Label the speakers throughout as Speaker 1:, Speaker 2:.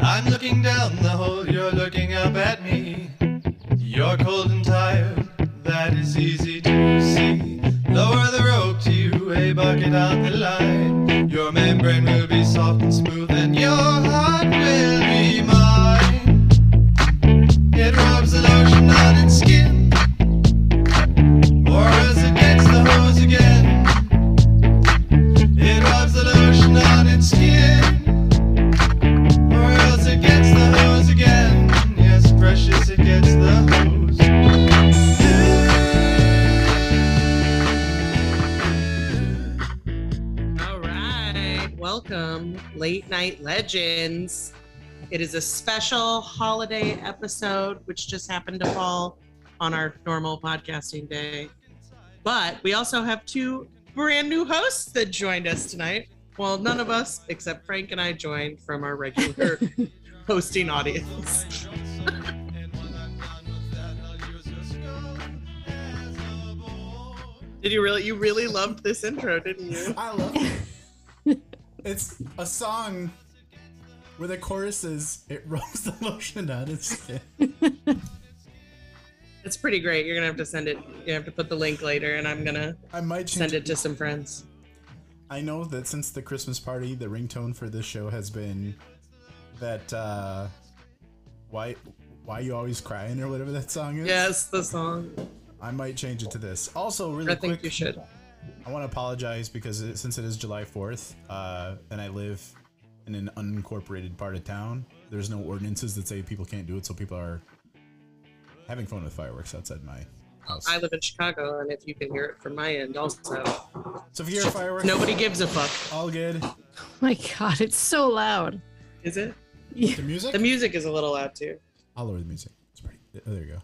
Speaker 1: I'm looking down the hole, you're looking up at me. You're cold and tired, that is easy to see. Lower the rope to you, a bucket on the line. Your membrane will be soft and smooth, and your heart will be mine. It rubs the lotion on its skin, or as it gets the hose again. It rubs the lotion on its skin. Or else it gets the hose again. Yes, precious, it gets the hose.
Speaker 2: All right. Welcome, Late Night Legends. It is a special holiday episode, which just happened to fall on our normal podcasting day. But we also have two brand new hosts that joined us tonight. Well, none of us except Frank and I joined from our regular hosting audience. Did you really? You really loved this intro, didn't you?
Speaker 3: I love it. it's a song where the chorus is it rolls the lotion on its skin.
Speaker 2: It's pretty great. You're gonna have to send it. You have to put the link later, and I'm gonna
Speaker 3: I might change
Speaker 2: send it to some friends.
Speaker 3: I know that since the Christmas party, the ringtone for this show has been that uh why why you always crying or whatever that song is.
Speaker 2: Yes, the song.
Speaker 3: I might change it to this. Also, really
Speaker 2: I think
Speaker 3: quick,
Speaker 2: you should.
Speaker 3: I want to apologize because it, since it is July 4th, uh, and I live in an unincorporated part of town, there's no ordinances that say people can't do it, so people are having fun with fireworks outside my house.
Speaker 2: I live in Chicago, and if you can hear it from my end, also
Speaker 3: so if you hear a firework,
Speaker 2: nobody gives a fuck.
Speaker 3: all good.
Speaker 4: My God, it's so loud.
Speaker 2: Is it?
Speaker 3: The music?
Speaker 2: The music is a little loud too.
Speaker 3: I'll lower the music. It's pretty. Oh, there you go.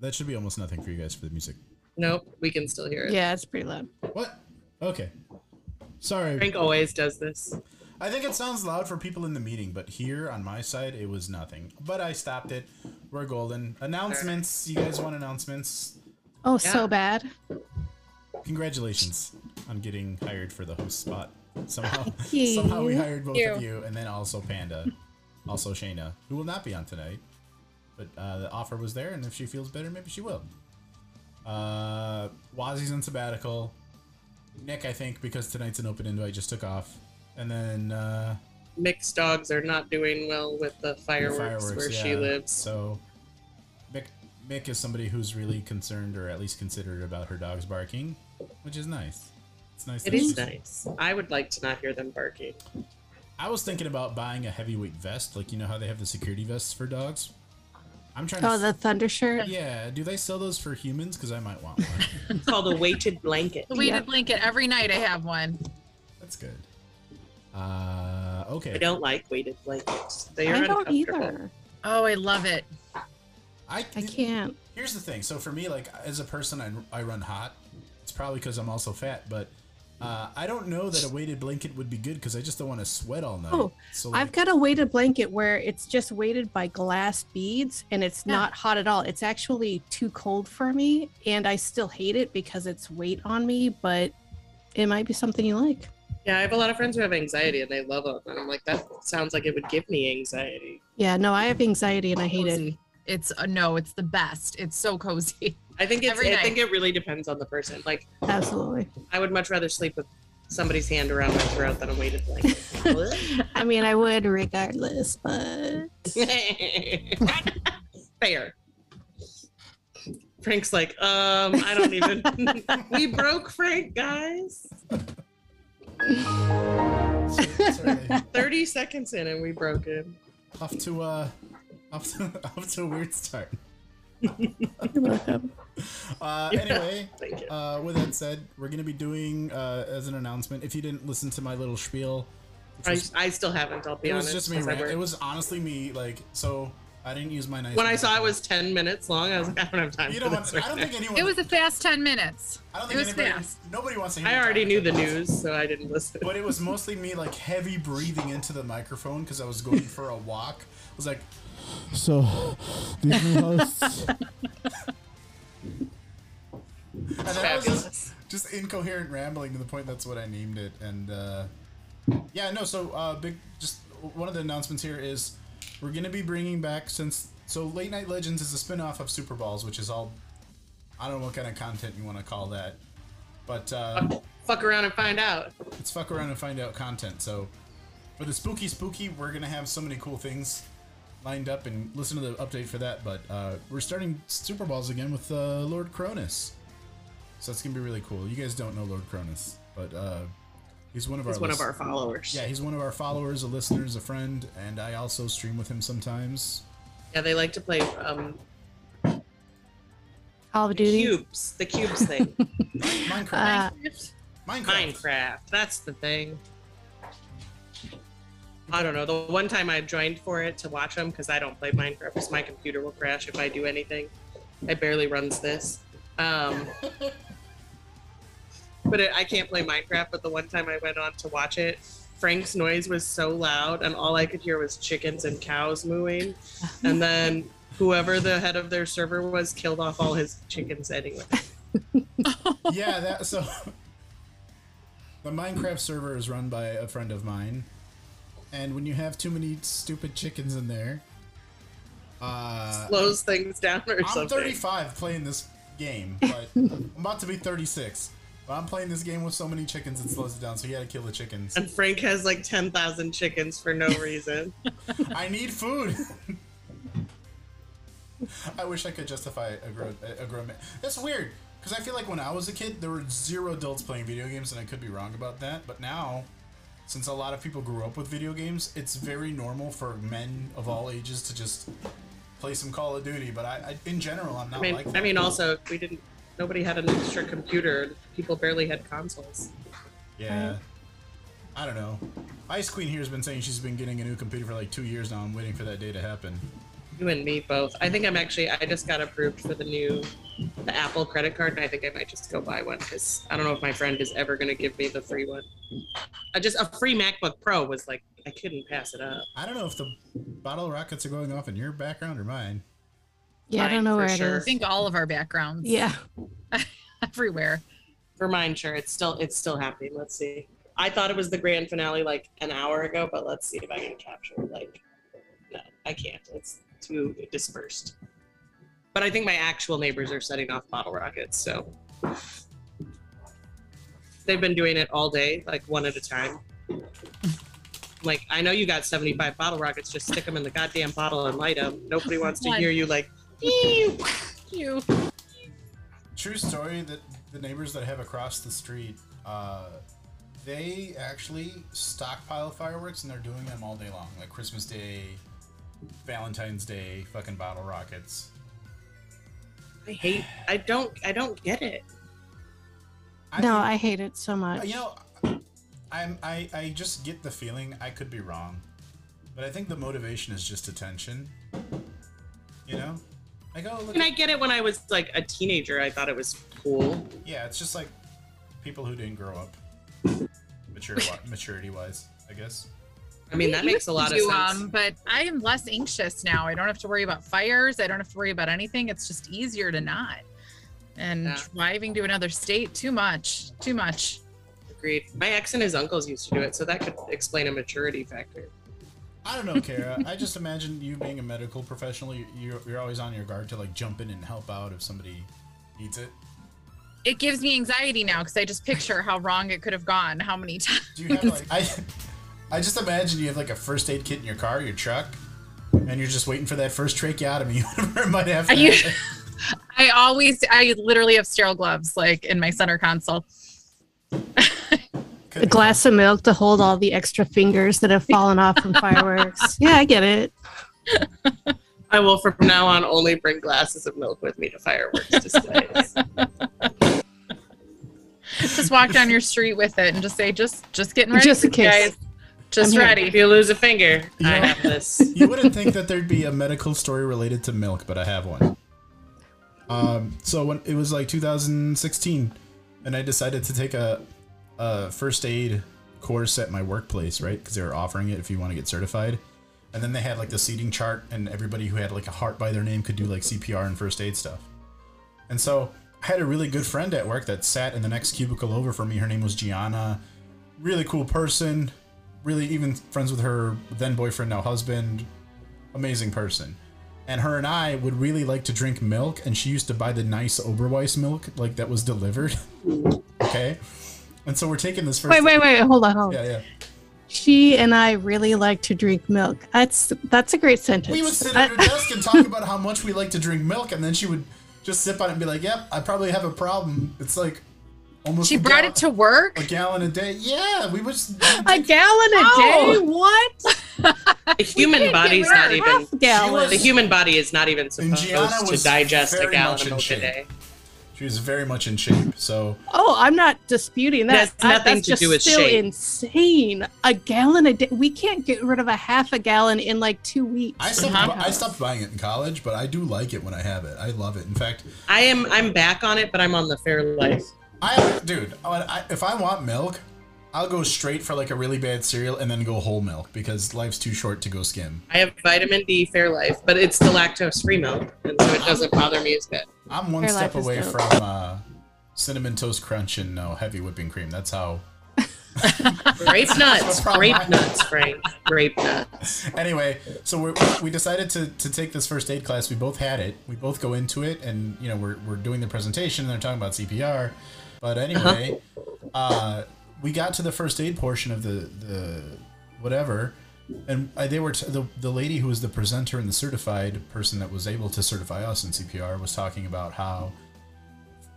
Speaker 3: That should be almost nothing for you guys for the music.
Speaker 2: Nope, we can still hear it.
Speaker 4: Yeah, it's pretty loud.
Speaker 3: What? Okay. Sorry.
Speaker 2: Frank always does this.
Speaker 3: I think it sounds loud for people in the meeting, but here on my side, it was nothing. But I stopped it. We're golden. Announcements. You guys want announcements?
Speaker 4: Oh,
Speaker 2: Yeah.
Speaker 4: so bad.
Speaker 3: Congratulations on getting hired for the host spot. Somehow,
Speaker 4: you.
Speaker 3: somehow we hired both
Speaker 4: Thank
Speaker 3: of you, and then also Panda, also Shayna, who will not be on tonight. But uh, the offer was there, and if she feels better, maybe she will. Uh, Wazzy's on sabbatical. Nick, I think, because tonight's an open invite, just took off. And then. Uh,
Speaker 2: Mixed dogs are not doing well with the
Speaker 3: the
Speaker 2: fireworks, where she
Speaker 3: yeah.
Speaker 2: lives.
Speaker 3: So Mick Mick is somebody who's really concerned or at least considerate about her dog's barking, which is nice. It's nice.
Speaker 2: it
Speaker 3: that
Speaker 2: is
Speaker 3: she's-
Speaker 2: nice. I would like to not hear them barking.
Speaker 3: I was thinking about buying a heavyweight vest, like you know how they have the security vests for dogs. I'm trying to.
Speaker 4: Oh, the thunder shirt.
Speaker 3: yeah, do they sell those for humans? Because I might want one.
Speaker 2: It's called a weighted blanket.
Speaker 5: The weighted
Speaker 4: Yeah.
Speaker 5: blanket. Every night I have one.
Speaker 3: That's good. Uh, okay.
Speaker 2: I don't like weighted blankets. They are
Speaker 4: I don't
Speaker 2: uncomfortable.
Speaker 4: either.
Speaker 5: Oh, I love it.
Speaker 3: I,
Speaker 4: I can't.
Speaker 3: Here's the thing. So for me, like as a person, I, I run hot. It's probably because I'm also fat, but uh, I don't know that a weighted blanket would be good because I just don't want to sweat all night.
Speaker 4: Oh,
Speaker 3: so
Speaker 4: I've
Speaker 3: like,
Speaker 4: got a weighted blanket where it's just weighted by glass beads and it's
Speaker 5: Yeah.
Speaker 4: not hot at all. It's actually too cold for me and I still hate it because it's weight on me, but it might be something you like.
Speaker 2: Yeah, I have a lot of friends who have anxiety and they love them. And I'm like, that sounds like it would give me anxiety.
Speaker 4: Yeah, no, I have anxiety and I hate it.
Speaker 5: Cozy. It's uh, no, it's the best. It's so cozy.
Speaker 2: I think it's,
Speaker 5: Every
Speaker 2: I
Speaker 5: night.
Speaker 2: think it really depends on the person. Like,
Speaker 4: Absolutely.
Speaker 2: I would much rather sleep with somebody's hand around my throat than a weighted blanket.
Speaker 4: I mean, I would regardless, but
Speaker 2: Fair. Frank's like, um, I don't even. we broke Frank, guys.
Speaker 3: sorry,
Speaker 2: 30 seconds in and we broke him.
Speaker 3: off to uh, off to off to a weird start.
Speaker 4: you're welcome.
Speaker 3: Uh,
Speaker 2: Yeah.
Speaker 3: Anyway,
Speaker 2: Thank you.
Speaker 3: uh, with that said, we're gonna be doing uh, as an announcement. If you didn't listen to my little spiel,
Speaker 2: I, I still haven't. I'll be
Speaker 3: it
Speaker 2: honest.
Speaker 3: was just me.
Speaker 2: 'cause I
Speaker 3: Ran,
Speaker 2: work-
Speaker 3: it was honestly me. Like so, I didn't use my nice.
Speaker 2: when I saw it was ten minutes long, I was like, I don't have time
Speaker 3: You
Speaker 2: for
Speaker 3: don't want.
Speaker 2: this.
Speaker 3: I
Speaker 2: Right
Speaker 3: don't
Speaker 2: now.
Speaker 3: think anyone.
Speaker 5: It was a fast 10 minutes.
Speaker 3: I don't
Speaker 5: it
Speaker 3: think
Speaker 5: was
Speaker 3: anybody.
Speaker 5: fast.
Speaker 3: Nobody wants to. hear
Speaker 2: I
Speaker 3: me
Speaker 2: already
Speaker 3: talk
Speaker 2: knew
Speaker 3: like
Speaker 2: the
Speaker 3: this.
Speaker 2: news, so I didn't listen.
Speaker 3: But it was mostly me like heavy breathing into the microphone because I was going for a walk. I was like,
Speaker 6: So, these new hosts.
Speaker 3: and then I was just-
Speaker 2: Fabulous.
Speaker 3: just incoherent rambling to the point that's what I named it. And uh, yeah, no. So uh, big. Just one of the announcements here is we're gonna be bringing back since so late night legends is a spin-off of Super Balls, which is all I don't know what kind of content you want to call that, but uh,
Speaker 2: Fuck around and find out.
Speaker 3: it's fuck around and find out content. So for the spooky spooky, we're gonna have so many cool things lined up and listen to the update for that. But uh, we're starting Super Balls again with uh, Lord Cronus, so that's gonna be really cool. You guys don't know Lord Cronus, but uh, he's one of
Speaker 2: He's
Speaker 3: our
Speaker 2: one of
Speaker 3: list-
Speaker 2: our followers.
Speaker 3: yeah he's one of our followers, a listener, is a friend, and I also stream with him sometimes.
Speaker 2: Yeah, they like to play um,
Speaker 4: Call of Duty.
Speaker 2: cubes, the cubes thing.
Speaker 3: Minecraft,
Speaker 4: Uh,
Speaker 3: Minecraft.
Speaker 2: Minecraft. That's the thing. I don't know. The one time I joined for it to watch them because I don't play Minecraft because my computer will crash if I do anything. It barely runs this. Um, but it, I can't play Minecraft. But the one time I went on to watch it, Frank's noise was so loud, and all I could hear was chickens and cows mooing. And then whoever the head of their server was killed off all his chickens anyway.
Speaker 3: yeah, that so the Minecraft server is run by a friend of mine, and when you have too many stupid chickens in there, uh,
Speaker 2: Slows things down or
Speaker 3: I'm
Speaker 2: something.
Speaker 3: 35 playing this game, but I'm about to be 36. But I'm playing this game with so many chickens it slows it down, so you gotta kill the chickens.
Speaker 2: And Frank has like 10,000 chickens for no reason.
Speaker 3: I need food. I wish I could justify a grown a grown man. That's weird because I feel like when I was a kid, there were zero adults playing video games, and I could be wrong about that. But now, since a lot of people grew up with video games, it's very normal for men of all ages to just play some Call of Duty. But I, I in general, I'm not
Speaker 2: I mean,
Speaker 3: like that.
Speaker 2: I mean, also, we didn't, nobody had an extra computer. People barely had consoles.
Speaker 3: yeah. I don't know. Ice Queen here has been saying she's been getting a new computer for like two years now. I'm waiting for that day to happen.
Speaker 2: You and me both. I think I'm actually, I just got approved for the new, the Apple credit card, and I think I might just go buy one because I don't know if my friend is ever going to give me the free one. I just, a free MacBook Pro was like, I couldn't pass it up.
Speaker 3: I don't know if the bottle rockets are going off in your background or mine.
Speaker 4: yeah, I
Speaker 2: Mine
Speaker 4: don't know
Speaker 2: for
Speaker 4: where it
Speaker 2: sure.
Speaker 5: I
Speaker 4: is.
Speaker 5: think all of our backgrounds.
Speaker 4: Yeah.
Speaker 5: Everywhere.
Speaker 2: For mine, sure. It's still, it's still happening. Let's see. I thought it was the grand finale like an hour ago, but let's see if I can capture like no, I can't. It's too dispersed. But I think my actual neighbors are setting off bottle rockets, so they've been doing it all day, like one at a time. Like I know you got 75 bottle rockets, just stick them in the goddamn bottle and light them. Nobody wants to
Speaker 5: One.
Speaker 2: hear you like
Speaker 5: You.
Speaker 3: True story that the neighbors that I have across the street, uh, they actually stockpile fireworks and they're doing them all day long, like Christmas Day, Valentine's Day, fucking bottle rockets.
Speaker 2: I hate I don't I don't get it.
Speaker 4: No, I hate it so much.
Speaker 3: Uh, you know, I'm I I just get the feeling I could be wrong, but I think the motivation is just attention. You know, like oh look,
Speaker 2: And I get it when I was like a teenager, I thought it was cool.
Speaker 3: Yeah, it's just like people who didn't grow up, mature maturity wise, I guess.
Speaker 2: I mean, that makes a lot of sense.
Speaker 5: Um, but I am less anxious now. I don't have to worry about fires. I don't have to worry about anything. It's just easier to not. And
Speaker 2: Yeah.
Speaker 5: driving to another state, too much, too much.
Speaker 2: Agreed. My ex and his uncles used to do it, so that could explain a maturity factor.
Speaker 3: I don't know, Kara. I just imagine you being a medical professional. you- You're, you're always on your guard to like jump in and help out if somebody needs it.
Speaker 5: It gives me anxiety now because I just picture how wrong it could have gone, how many times.
Speaker 3: Do you have like I? I just imagine you have like a first aid kit in your car, your truck, and you're just waiting for that first tracheotomy. Whatever it might have. to
Speaker 5: Are you-
Speaker 3: happen.
Speaker 5: I always, I literally have sterile gloves like in my center console.
Speaker 3: Could be.
Speaker 4: a glass of milk to hold all the extra fingers that have fallen off from fireworks. Yeah, I get it.
Speaker 2: I will from now on only bring glasses of milk with me to fireworks displays.
Speaker 5: Just walk down your street with it and just say, just, just getting ready.
Speaker 4: Just
Speaker 5: for
Speaker 4: in
Speaker 5: you
Speaker 4: case.
Speaker 5: guys." Just
Speaker 4: I'm here.
Speaker 5: ready.
Speaker 2: If you lose a finger, I
Speaker 3: Yeah.
Speaker 2: have this.
Speaker 3: You wouldn't think that there'd be a medical story related to milk, but I have one. Um, so when it was like 2016, and I decided to take a, a first aid course at my workplace, right? Because they were offering it if you want to get certified. And then they had like the seating chart, and everybody who had like a heart by their name could do like CPR and first aid stuff. And so I had a really good friend at work that sat in the next cubicle over from me. Her name was Gianna. Really cool person. Really even friends with her then boyfriend, now husband. Amazing person. And her and I would really like to drink milk, and she used to buy the nice Oberweis milk, like that was delivered. okay. And so we're taking this first.
Speaker 4: Wait, wait, wait. Hold on. Hold on.
Speaker 3: Yeah, yeah.
Speaker 4: She and I really like to drink milk. That's that's a great sentence.
Speaker 3: We would sit
Speaker 4: I-
Speaker 3: at her desk and talk about how much we like to drink milk, and then she would just sip on it and be like, "Yep, I probably have a problem." It's like almost.
Speaker 5: She
Speaker 3: a
Speaker 5: brought
Speaker 3: gal-
Speaker 5: it to work.
Speaker 3: a gallon a day. Yeah, we was.
Speaker 4: a gallon a day?
Speaker 5: Oh.
Speaker 4: What?
Speaker 2: The human
Speaker 5: can't get
Speaker 2: body's
Speaker 5: rid
Speaker 2: not
Speaker 5: of
Speaker 2: even.
Speaker 4: Half gallon.
Speaker 3: was-
Speaker 2: The human body is not even
Speaker 3: And Gianna
Speaker 2: supposed to
Speaker 3: was
Speaker 2: digest a
Speaker 3: very
Speaker 2: gallon
Speaker 3: much
Speaker 2: of
Speaker 3: in
Speaker 2: milk a
Speaker 3: shape.
Speaker 2: day.
Speaker 3: She was very much in shape, so
Speaker 4: Oh, I'm not disputing
Speaker 2: It
Speaker 4: that.
Speaker 2: has nothing
Speaker 4: I- that's
Speaker 2: to
Speaker 4: just
Speaker 2: do with
Speaker 4: still
Speaker 2: shape.
Speaker 4: insane. A gallon a day. We can't get rid of a half a gallon in like two weeks.
Speaker 3: I
Speaker 4: in
Speaker 3: stopped.
Speaker 4: my
Speaker 3: bu- I
Speaker 4: house.
Speaker 3: stopped buying it in college, but I do like it when I have it. I love it. In fact,
Speaker 2: I am. I'm back on it, but I'm on the Fairlife.
Speaker 3: I dude, I, I- if I want milk, I'll go straight for like a really bad cereal and then go whole milk because life's too short to go skim.
Speaker 2: I have vitamin D Fairlife, but it's the lactose free milk, and so it doesn't bother me as bit.
Speaker 3: I'm one
Speaker 4: Fair
Speaker 3: step
Speaker 4: life is
Speaker 3: away
Speaker 4: dope.
Speaker 3: from uh, cinnamon toast crunch and no heavy whipping cream. That's how.
Speaker 2: Grape nuts,
Speaker 3: problem.
Speaker 2: grape nuts, Frank. Grape nuts.
Speaker 3: Anyway, so we we decided to, to take this first aid class. We both had it. We both go into it, and you know we're, we're doing the presentation. and They're talking about CPR, but anyway, uh we got to the first aid portion of the the whatever, and I, they were t- the the lady who was the presenter and the certified person that was able to certify us in CPR was talking about how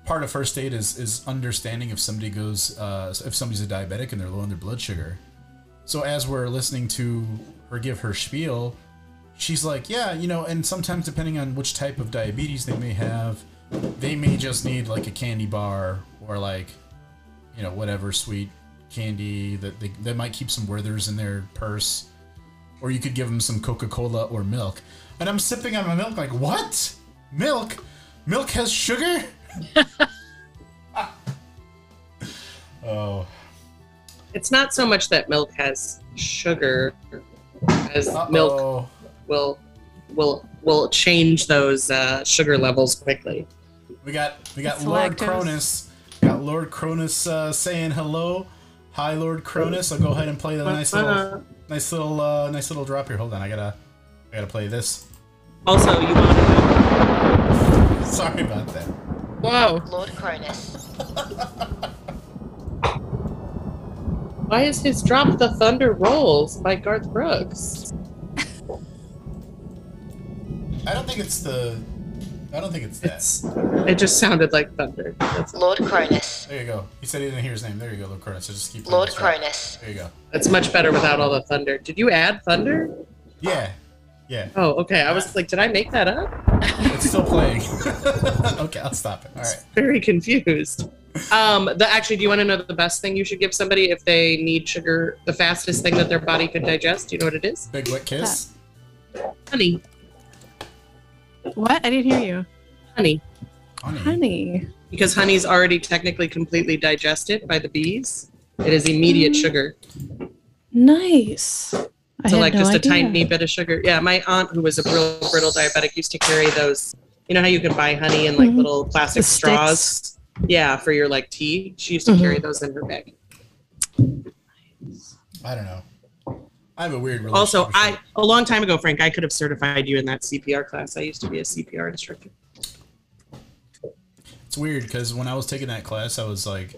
Speaker 3: part of first aid is is understanding if somebody goes uh, if somebody's a diabetic and they're low on their blood sugar. So as we're listening to her give her spiel, she's like, "Yeah, you know," and sometimes depending on which type of diabetes they may have, they may just need like a candy bar or like, you know, whatever sweet candy that they, they might keep some Werthers in their purse, or you could give them some Coca Cola or milk. And I'm sipping on my milk like, "What? Milk? Milk has sugar?" oh.
Speaker 2: It's not so much that milk has sugar as milk
Speaker 3: Uh-oh.
Speaker 2: will will will change those uh, sugar levels quickly.
Speaker 3: We got we got
Speaker 4: It's
Speaker 3: Lord
Speaker 4: lactose.
Speaker 3: Cronus. Got Lord Cronus uh, saying hello. Hi, Lord Cronus. I'll go ahead and play the nice little nice little uh, nice little drop here. Hold on, I gotta I gotta play this.
Speaker 2: Also, you want to know
Speaker 3: Sorry about that.
Speaker 5: Whoa.
Speaker 7: Lord Cronus,
Speaker 2: why is his "Drop the Thunder Rolls" by Garth Brooks?
Speaker 3: I don't think it's the I don't think it's that.
Speaker 2: It's it just sounded like thunder. That's,
Speaker 7: Lord Cronus,
Speaker 3: There you go. He said he didn't hear his name. There you go, Lord Cronus. So just keep playing
Speaker 7: Lord
Speaker 3: this one.
Speaker 7: Cronus,
Speaker 3: There you go.
Speaker 2: that's much better without all the thunder. Did you add thunder?
Speaker 3: Yeah, yeah.
Speaker 2: Oh, okay. I was like, did I make that up?
Speaker 3: It's still playing. okay, I'll stop it. All right.
Speaker 2: Very confused. Um, the actually, do you want to know the best thing you should give somebody if they need sugar? The fastest thing that their body could digest. Do you know what it is?
Speaker 3: Big wet kiss.
Speaker 2: Honey.
Speaker 4: What? I didn't hear you.
Speaker 2: Honey.
Speaker 3: Honey.
Speaker 4: Honey.
Speaker 2: Because honey's already technically completely digested by the bees. It is immediate sugar.
Speaker 4: Nice. Mm, I
Speaker 2: So
Speaker 4: had
Speaker 2: like
Speaker 4: no
Speaker 2: just a
Speaker 4: idea.
Speaker 2: tiny bit of sugar. Yeah, my aunt who was a brittle, brittle diabetic used to carry those. You know how you can buy honey in like
Speaker 4: Mhm.
Speaker 2: little plastic
Speaker 4: The sticks.
Speaker 2: straws. Yeah, for your like tea. She used to
Speaker 4: Mhm.
Speaker 2: carry those in her bag.
Speaker 3: I don't know. I have a weird relationship.
Speaker 2: Also,
Speaker 3: with
Speaker 2: I
Speaker 3: sugar.
Speaker 2: a long time ago, Frank, I could have certified you in that CPR class. I used to be a CPR instructor.
Speaker 3: It's weird because when I was taking that class, I was like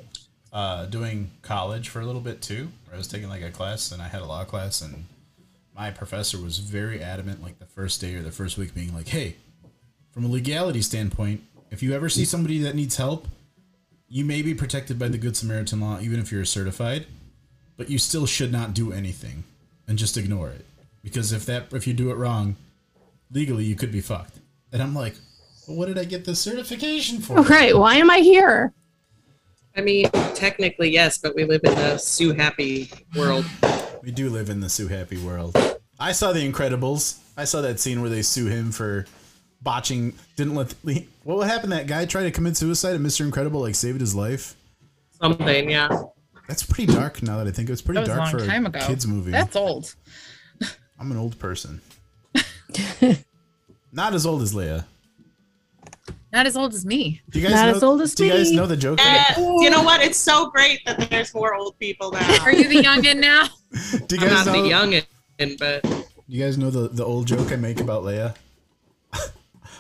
Speaker 3: uh, doing college for a little bit too. Where I was taking like a class, and I had a law class, and my professor was very adamant, like the first day or the first week, being like, "Hey, from a legality standpoint, if you ever see somebody that needs help, you may be protected by the Good Samaritan law, even if you're certified, but you still should not do anything and just ignore it because if that if you do it wrong, legally you could be fucked." And I'm like. Well, what did I get this certification for?
Speaker 4: Right. Why am I here?
Speaker 2: I mean, technically yes, but we live in a Sue Happy world.
Speaker 3: We do live in the Sue Happy world. I saw The Incredibles. I saw that scene where they sue him for botching. Didn't let. The, what would happen? That guy tried to commit suicide, and Mr. Incredible like saved his life.
Speaker 2: Something, yeah.
Speaker 3: That's pretty dark. Now that I think of it, it's pretty
Speaker 5: That was a
Speaker 3: dark
Speaker 5: long
Speaker 3: for a
Speaker 5: time ago.
Speaker 3: kids movie.
Speaker 5: That's old.
Speaker 3: I'm an old person. Not as old as Leia.
Speaker 5: Not as old as me.
Speaker 3: Do you guys
Speaker 4: Not
Speaker 3: know,
Speaker 4: as old as
Speaker 3: Do you guys
Speaker 4: me.
Speaker 3: know the joke?
Speaker 2: Eh, you know what? It's so great that there's more old people now.
Speaker 5: Are you the youngin now?
Speaker 3: Do you
Speaker 2: I'm
Speaker 3: guys
Speaker 2: not the
Speaker 3: know?
Speaker 2: youngin, but
Speaker 3: You guys know the, the old joke I make about Leia?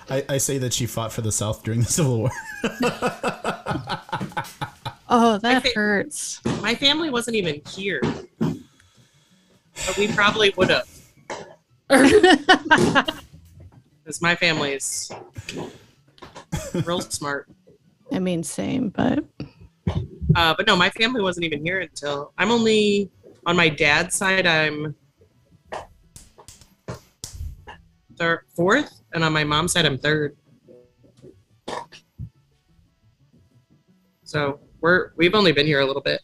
Speaker 3: I, I say that she fought for the South during the Civil War.
Speaker 4: Oh, that
Speaker 2: think-
Speaker 4: hurts.
Speaker 2: my family wasn't even here. But we probably would have,
Speaker 4: and
Speaker 2: because my family is real smart.
Speaker 4: I mean, same, but
Speaker 2: Uh, but no, my family wasn't even here until I'm only on my dad's side. I'm third, fourth, and on my mom's side, I'm third. So we're we've only been here a little bit.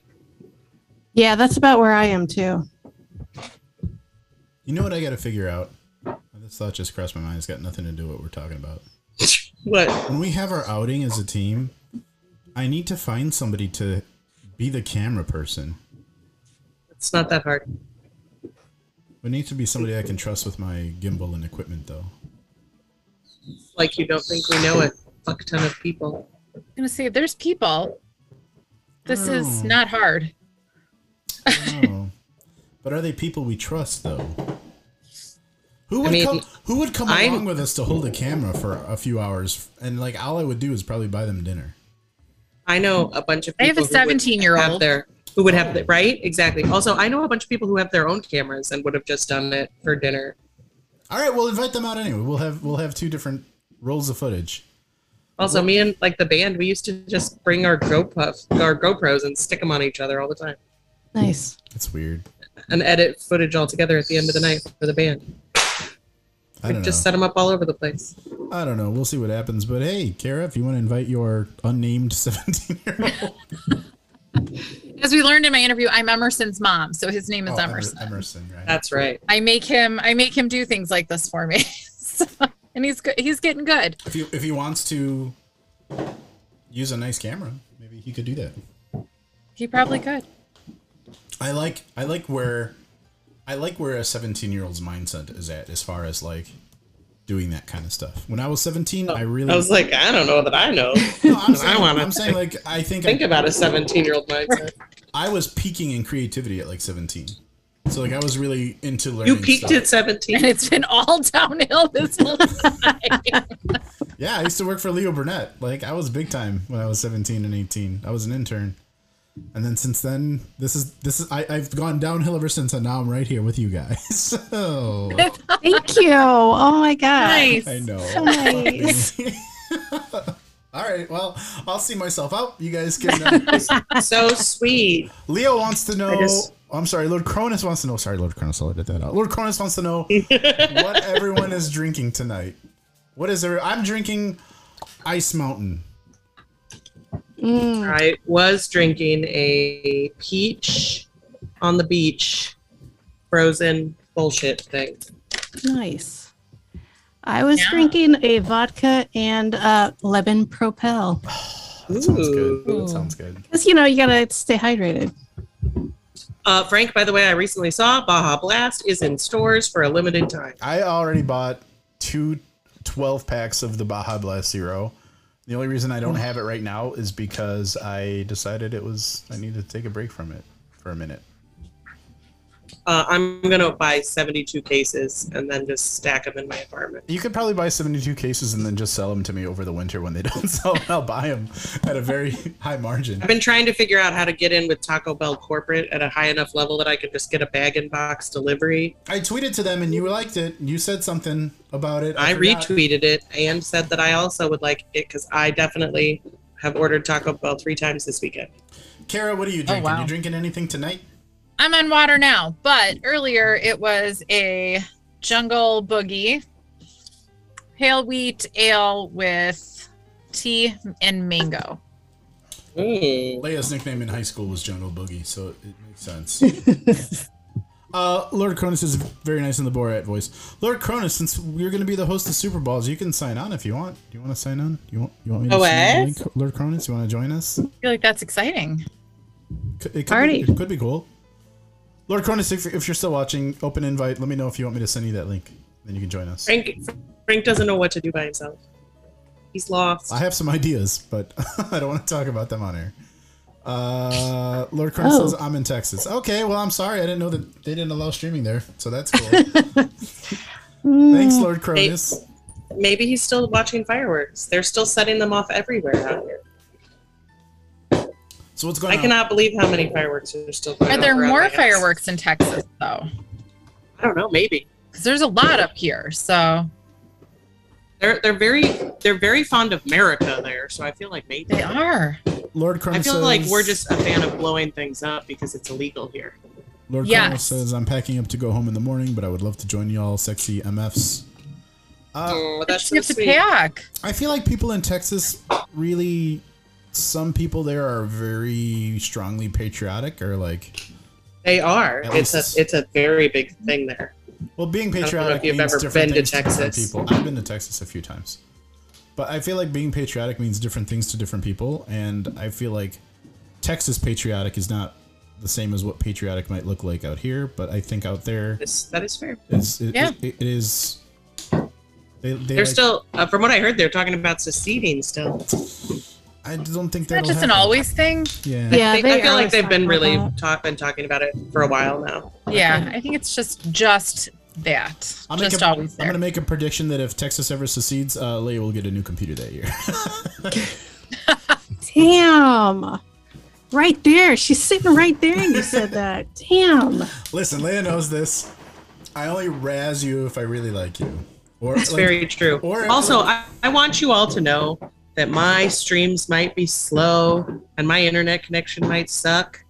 Speaker 4: yeah, that's about where I am too.
Speaker 3: You know what I got to figure out? This thought just crossed my mind. It's got nothing to do with what we're talking about.
Speaker 2: What?
Speaker 3: When we have our outing as a team, I need to find somebody to be the camera person.
Speaker 2: It's not that hard.
Speaker 3: It needs to be somebody I can trust with my gimbal and equipment, though.
Speaker 2: Like you don't think we know a fuck ton of people.
Speaker 5: I'm gonna say there's people. This is
Speaker 3: Oh.
Speaker 5: not hard.
Speaker 3: I don't know. Oh. but are they people we trust, though? Who
Speaker 2: I
Speaker 3: would
Speaker 2: mean,
Speaker 3: come? Who would come
Speaker 2: I'm-
Speaker 3: along with us to hold a camera for a few hours? And like, all I would do is probably buy them dinner.
Speaker 2: I know a bunch of
Speaker 5: I
Speaker 2: people.
Speaker 5: have a
Speaker 2: who would
Speaker 5: 17 year
Speaker 2: have
Speaker 5: old.
Speaker 2: their who would have the, right exactly. Also, I know a bunch of people who have their own cameras and would have just done it for dinner.
Speaker 3: All right, we'll invite them out anyway. We'll have we'll have two different rolls of footage.
Speaker 2: Also, me and like the band, we used to just bring our GoPuff, our GoPros, and stick them on each other all the time,
Speaker 4: Nice.
Speaker 3: That's weird.
Speaker 2: and edit footage all together at the end of the night for the band.
Speaker 3: I
Speaker 2: We
Speaker 3: don't
Speaker 2: just
Speaker 3: know.
Speaker 2: set them up all over the place.
Speaker 3: I don't know. We'll see what happens. But hey, Kara, if you want to invite your unnamed seventeen-year-old,
Speaker 5: As we learned in my interview, I'm Emerson's mom, so his name is
Speaker 3: Oh, Emer-
Speaker 5: Emerson.
Speaker 3: Emerson, right?
Speaker 2: That's right.
Speaker 5: I make him I make him do things like this for me. So- and he's good he's getting good.
Speaker 3: if he if he wants to use a nice camera, maybe he could do that.
Speaker 5: He probably could.
Speaker 3: I like I like where I like where a 17 year old's mindset is at as far as like doing that kind of stuff. When I was 17, I really
Speaker 2: I was like, I don't know that I know.
Speaker 3: no, I'm
Speaker 2: I
Speaker 3: saying, I
Speaker 2: wanna
Speaker 3: am saying like I think,
Speaker 2: Think
Speaker 3: I,
Speaker 2: about a 17 year old mindset.
Speaker 3: I was peaking in creativity at like 17. So like I was really into learning.
Speaker 2: You peaked
Speaker 3: stuff.
Speaker 2: at
Speaker 5: And
Speaker 2: 17.
Speaker 5: it's been all downhill this whole time.
Speaker 3: Yeah, I used to work for Leo Burnett. Like I was big time when I was 17 and 18. I was an intern. And then since then, this is this is I, I've gone downhill ever since, and now I'm right here with you guys. So
Speaker 4: Thank you. Oh my god.
Speaker 5: nice.
Speaker 3: I know.
Speaker 4: Nice.
Speaker 3: Fuck me. All right. Well, I'll see myself out. You guys can. Uh,
Speaker 2: so sweet.
Speaker 3: Leo wants to know.
Speaker 2: just-
Speaker 3: I'm sorry, Lord Cronus wants to know. Sorry, Lord Cronus, I'll edit that out. Lord Cronus wants to know what everyone is drinking tonight. What is there? I'm drinking Ice Mountain.
Speaker 4: Mm.
Speaker 2: I was drinking a peach on the beach frozen bullshit thing.
Speaker 4: Nice. I was
Speaker 5: Yeah.
Speaker 4: drinking a vodka and uh, lemon propel
Speaker 3: That sounds good.
Speaker 5: Ooh.
Speaker 3: That sounds good.
Speaker 4: because you know you gotta stay hydrated.
Speaker 2: Uh, Frank, by the way, I recently saw Baja Blast is in stores for a limited time.
Speaker 3: I already bought two 12 packs of the Baja Blast Zero. The only reason I don't have it right now is because I decided it was I needed to take a break from it for a minute.
Speaker 2: Uh, I'm gonna buy 72 cases and then just stack them in my apartment.
Speaker 3: You could probably buy 72 cases and then just sell them to me over the winter when they don't sell. And I'll buy them at a very high margin.
Speaker 2: I've been trying to figure out how to get in with Taco Bell corporate at a high enough level that I could just get a bag and box delivery.
Speaker 3: I tweeted to them and you liked it. You said something about it.
Speaker 2: I
Speaker 3: forgot.
Speaker 2: retweeted it and said that I also would like it because I definitely have ordered Taco Bell three times this weekend.
Speaker 3: Kara, what are you drinking?
Speaker 5: wow.
Speaker 3: You drinking anything tonight?
Speaker 5: I'm on water now, but earlier it was a jungle boogie, pale wheat ale with tea and mango.
Speaker 2: Mm.
Speaker 3: Mm. Leia's nickname in high school was Jungle Boogie, so it makes sense. Uh, Lord Cronus is very nice in the Borat voice. Lord Cronus, since you're going to be the host of Super Balls, you can sign on if you want. Do you want to sign on? You want? You want me to
Speaker 2: Oh,
Speaker 3: send you
Speaker 2: yes.
Speaker 3: the link, Lord Cronus? You want to join us?
Speaker 5: I feel like that's exciting.
Speaker 3: C- It could,
Speaker 4: Alrighty.
Speaker 3: Be, it could be cool. Lord Cronus, if, if you're still watching, open invite. Let me know if you want me to send you that link. Then you can join us.
Speaker 2: Frank Frank doesn't know what to do by himself. He's lost.
Speaker 3: I have some ideas, but I don't want to talk about them on air. Uh, Lord Cronus
Speaker 4: Oh.
Speaker 3: says I'm in Texas. Okay, well I'm sorry, I didn't know that they didn't allow streaming there, so that's cool. Thanks, Lord Cronus.
Speaker 2: Maybe he's still watching fireworks. They're still setting them off everywhere out here.
Speaker 3: So what's going
Speaker 2: I
Speaker 3: on?
Speaker 2: cannot believe how many fireworks are still. going
Speaker 5: Are
Speaker 2: off
Speaker 5: there
Speaker 2: around my
Speaker 5: more
Speaker 2: house.
Speaker 5: fireworks in Texas though?
Speaker 2: I don't know. Maybe
Speaker 5: Because there's a lot up here. So
Speaker 2: they're they're very they're very fond of America there. So I feel like maybe
Speaker 5: they are.
Speaker 3: Lord
Speaker 2: I
Speaker 3: Cronus
Speaker 2: feel like
Speaker 3: says-
Speaker 2: we're just a fan of blowing things up because it's illegal here.
Speaker 3: Lord
Speaker 5: Yes.
Speaker 3: Cronus says I'm packing up to go home in the morning, but I would love to join y'all, sexy MFs. Uh,
Speaker 2: Oh,
Speaker 5: I
Speaker 2: that's
Speaker 5: just
Speaker 2: so
Speaker 5: have to
Speaker 2: sweet.
Speaker 5: pack.
Speaker 3: I feel like people in Texas really, some people there are very strongly patriotic, or like
Speaker 2: They are.
Speaker 3: At
Speaker 2: It's
Speaker 3: least-
Speaker 2: a it's a very big thing there.
Speaker 3: Well, being
Speaker 2: know if
Speaker 3: patriotic
Speaker 2: you've
Speaker 3: means
Speaker 2: ever
Speaker 3: different
Speaker 2: been to
Speaker 3: things to, different
Speaker 2: Texas.
Speaker 3: people. I've been to Texas a few times, but I feel like being patriotic means different things to different people, and I feel like Texas patriotic is not the same as what patriotic might look like out here. But I think out there,
Speaker 2: This that is fair.
Speaker 3: it's it,
Speaker 5: Yeah.
Speaker 3: it, it is. They, they
Speaker 2: They're
Speaker 3: like-
Speaker 2: still, uh, from what I heard, they're talking about seceding still.
Speaker 3: I don't think
Speaker 5: Isn't
Speaker 3: that's
Speaker 5: that just an always thing?
Speaker 3: Yeah.
Speaker 4: Yeah,
Speaker 2: I, think,
Speaker 4: they
Speaker 2: I feel
Speaker 4: are
Speaker 2: like they've been
Speaker 4: talking
Speaker 2: really
Speaker 4: about-
Speaker 2: talk, been talking about it for a while now.
Speaker 5: Yeah, I think it's just just that.
Speaker 3: I'm
Speaker 5: just
Speaker 3: a,
Speaker 5: always
Speaker 3: I'm
Speaker 5: there.
Speaker 3: gonna make a prediction that if Texas ever secedes, uh, Leia will get a new computer that year.
Speaker 4: Damn. Right there. She's sitting right there and you said that. Damn.
Speaker 3: Listen, Leia knows this. I only razz you if I really like you. Or
Speaker 2: It's very true.
Speaker 3: or-
Speaker 2: also, I, I want you all to know that my streams might be slow and my internet connection might suck,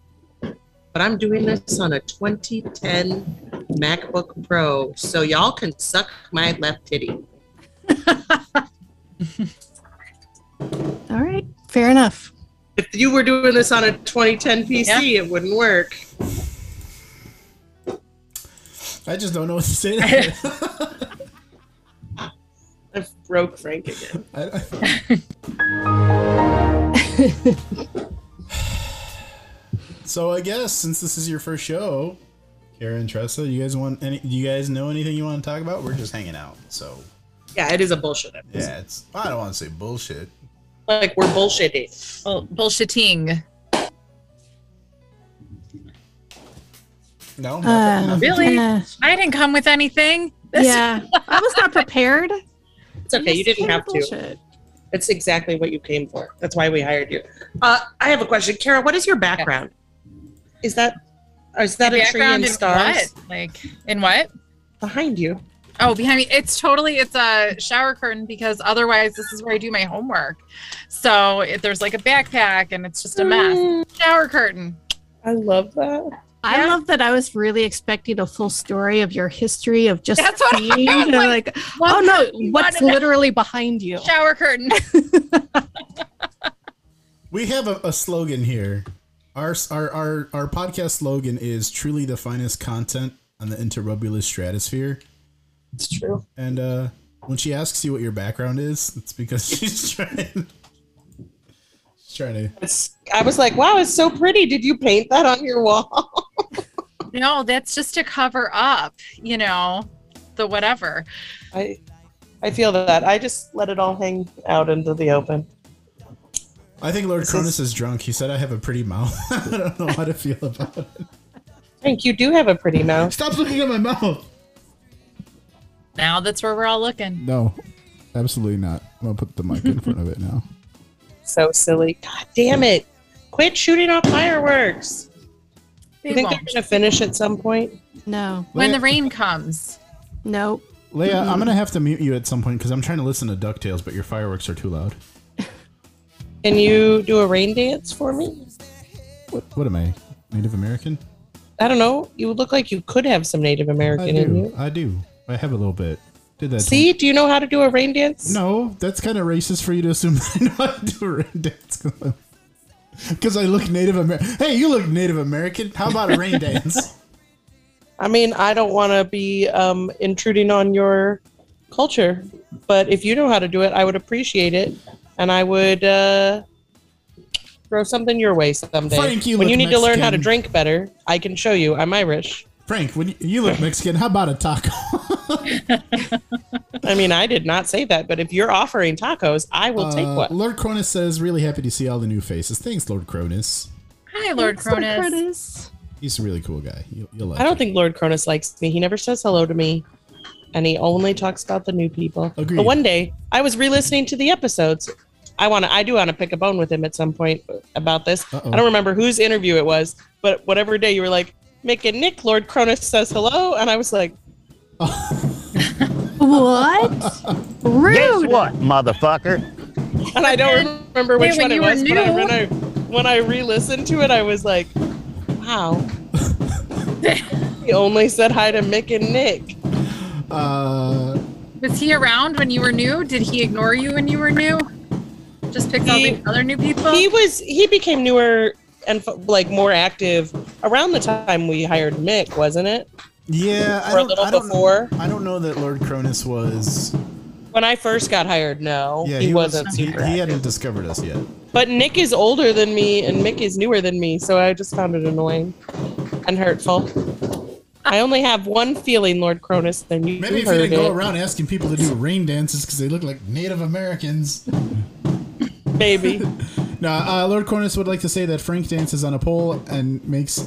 Speaker 2: but I'm doing this on a 2010 MacBook Pro, so y'all can suck my left titty.
Speaker 4: All right. Fair enough.
Speaker 2: If you were doing this on a 2010 PC, it wouldn't work.
Speaker 3: I just don't know what to say. To that.
Speaker 2: I broke Frank again.
Speaker 3: I, I, so I guess since this is your first show, Kara and Tressa, you guys want any? You guys know anything you want to talk about? We're just hanging out. So
Speaker 2: Yeah, it is a bullshit episode.
Speaker 3: yeah, it's I don't want to say bullshit.
Speaker 2: Like we're bullshitting.
Speaker 5: Bull- bullshitting.
Speaker 3: No,
Speaker 4: Uh,
Speaker 3: nothing, nothing.
Speaker 5: Really?
Speaker 4: Yeah.
Speaker 5: I didn't come with anything. This-
Speaker 4: Yeah. I was not prepared.
Speaker 2: It's okay. You didn't have to. It's exactly what you came for. That's why we hired you. Uh, I have a question, Kara. What is your background? Is that is that a tree
Speaker 5: Background
Speaker 2: and
Speaker 5: in
Speaker 2: stars
Speaker 5: what? Like in what?
Speaker 2: behind you?
Speaker 5: Oh, behind me. It's totally it's a shower curtain because otherwise this is where I do my homework. So if there's like a backpack and it's just a
Speaker 2: Mm.
Speaker 5: mess. Shower curtain.
Speaker 2: I love that.
Speaker 4: I
Speaker 5: Yeah.
Speaker 4: love that I was really expecting a full story of your history of just
Speaker 5: That's what I
Speaker 4: being
Speaker 5: was
Speaker 4: and, like,
Speaker 5: like,
Speaker 4: oh no,
Speaker 5: you
Speaker 4: what's
Speaker 5: wanted-
Speaker 4: literally behind you?
Speaker 5: Shower curtain.
Speaker 3: We have a, a slogan here. Our, our our our podcast slogan is truly the finest content on the interrobulus stratosphere.
Speaker 2: It's true.
Speaker 3: And uh, when she asks you what your background is, it's because she's trying. she's trying to.
Speaker 2: It's, I was like, wow, it's so pretty. Did you paint that on your wall?
Speaker 5: no, that's just to cover up, you know, the whatever.
Speaker 2: I I feel that. I just let it all hang out into the open.
Speaker 3: I think Lord
Speaker 2: This
Speaker 3: Cronus is drunk. He said I have a pretty mouth. I don't know how to feel about it.
Speaker 2: Frank, you do have a pretty mouth.
Speaker 3: Stop looking at my mouth.
Speaker 5: Now that's where we're all looking.
Speaker 8: No, absolutely not. I'm gonna put the mic in front of it now.
Speaker 2: So silly. God damn it. Quit shooting off fireworks.
Speaker 5: They
Speaker 2: You think they're
Speaker 5: won't.
Speaker 2: gonna finish at some point?
Speaker 4: No,
Speaker 5: When the
Speaker 3: Leia,
Speaker 5: rain comes.
Speaker 4: no.
Speaker 3: Leia, I'm gonna have to mute you at some point because I'm trying to listen to Ducktales, but your fireworks are too loud.
Speaker 2: Can you do a rain dance for me?
Speaker 3: What? What am I? Native American?
Speaker 2: I don't know. You look like you could have some Native
Speaker 3: I
Speaker 2: American in
Speaker 3: do.
Speaker 2: you.
Speaker 3: I do. I have a little bit. Did that?
Speaker 2: See, do you know how to do a rain dance?
Speaker 3: No, that's kind of racist for you to assume I know how to do a rain dance because I look Native American. Hey, you look Native American. How about a rain dance?
Speaker 2: I mean, I don't want to be um, intruding on your culture, but if you know how to do it, I would appreciate it, and I would uh, throw something your way someday.
Speaker 3: Frank, you
Speaker 2: when
Speaker 3: look
Speaker 2: you need to learn how to
Speaker 3: Mexican.
Speaker 2: drink better, I can show you. I'm Irish.
Speaker 3: Frank, when you, you look Mexican, how about a taco?
Speaker 2: I mean, I did not say that, but if you're offering tacos, I will take
Speaker 3: Uh,
Speaker 2: one.
Speaker 3: Lord Cronus says, "Really happy to see all the new faces. Thanks, Lord Cronus.
Speaker 5: Hi, Lord
Speaker 4: Thanks, Lord
Speaker 5: Cronus.
Speaker 4: Cronus.
Speaker 3: He's a really cool guy. You'll, you'll like
Speaker 2: I don't
Speaker 3: him.
Speaker 2: think Lord Cronus likes me. He never says hello to me. And he only talks about the new people.
Speaker 3: Agreed.
Speaker 2: But one day, I was re-listening to the episodes. I want to. I do want to pick a bone with him at some point about this.
Speaker 3: Uh-oh.
Speaker 2: I don't remember whose interview it was, but whatever day you were like, Mick and Nick, Lord Cronus says hello, and I was like,
Speaker 4: What?
Speaker 9: Guess
Speaker 4: Rude.
Speaker 9: what, motherfucker?
Speaker 2: and I don't remember which
Speaker 5: when
Speaker 2: one it
Speaker 5: you were
Speaker 2: was. But I,
Speaker 5: new-
Speaker 2: when I when I re-listened to it, I was like, wow. he only said hi to Mick and Nick.
Speaker 3: Uh,
Speaker 5: Was he around when you were new? Did he ignore you when you were new? Just picked all
Speaker 2: He-
Speaker 5: the other new people?
Speaker 2: he was he became newer and f- like more active around the time we hired Mick, wasn't it?
Speaker 3: yeah, I
Speaker 2: Or a
Speaker 3: don't,
Speaker 2: little
Speaker 3: I don't,
Speaker 2: before.
Speaker 3: I don't know that Lord Cronus was.
Speaker 2: When I first got hired, no,
Speaker 3: Yeah,
Speaker 2: he,
Speaker 3: was-
Speaker 2: wasn't
Speaker 3: He,
Speaker 2: super
Speaker 3: he
Speaker 2: active.
Speaker 3: hadn't discovered us yet.
Speaker 2: But Nick is older than me, and Mick is newer than me, so I just found it annoying and hurtful. I only have one feeling, Lord Cronus, then you
Speaker 3: Maybe if you
Speaker 2: heard
Speaker 3: didn't go
Speaker 2: it.
Speaker 3: around asking people to do rain dances because they look like Native Americans.
Speaker 2: Maybe
Speaker 3: No, uh, Lord Cornus would like to say that Frank dances on a pole and makes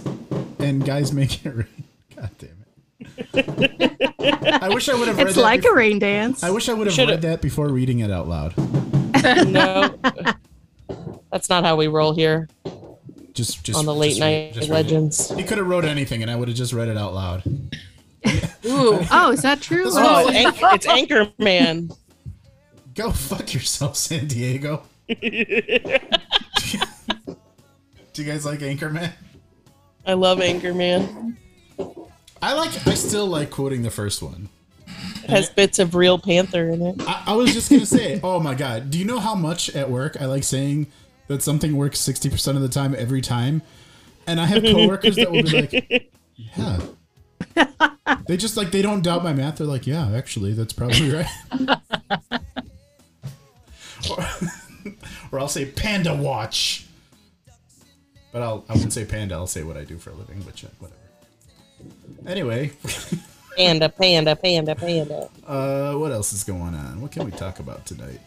Speaker 3: and guys make it rain. God damn it! I wish I would have. read
Speaker 4: It's
Speaker 3: that
Speaker 4: like a
Speaker 3: bef-
Speaker 4: rain dance.
Speaker 3: I wish I would have
Speaker 2: Should've-
Speaker 3: read that before reading it out loud.
Speaker 2: no. That's not how we roll here
Speaker 3: Just, just
Speaker 2: on the late
Speaker 3: just
Speaker 2: night
Speaker 3: read- just read it.
Speaker 2: legends.
Speaker 3: He could have wrote anything, and I would have just read it out loud.
Speaker 5: Ooh.
Speaker 4: oh, is that true?
Speaker 3: That's
Speaker 4: What
Speaker 3: what
Speaker 2: Oh,
Speaker 4: is-
Speaker 2: Anch- it's Anchorman.
Speaker 3: Go fuck yourself, San Diego. Do you guys like Anchorman?
Speaker 2: I love Anchorman.
Speaker 3: I like. I still like quoting the first one.
Speaker 2: It has bits of real panther in it.
Speaker 3: I, I was just gonna say, oh my god, do you know how much at work I like saying that something works sixty percent of the time every time? And I have coworkers that will be like, yeah. They just like they don't doubt my math. They're like, yeah, actually, that's probably right. or, or I'll say panda watch, but I'll I won't say panda. I'll say what I do for a living, which uh, whatever. Anyway,
Speaker 2: Panda, panda, panda, panda.
Speaker 3: uh, what else is going on? What can we talk about tonight?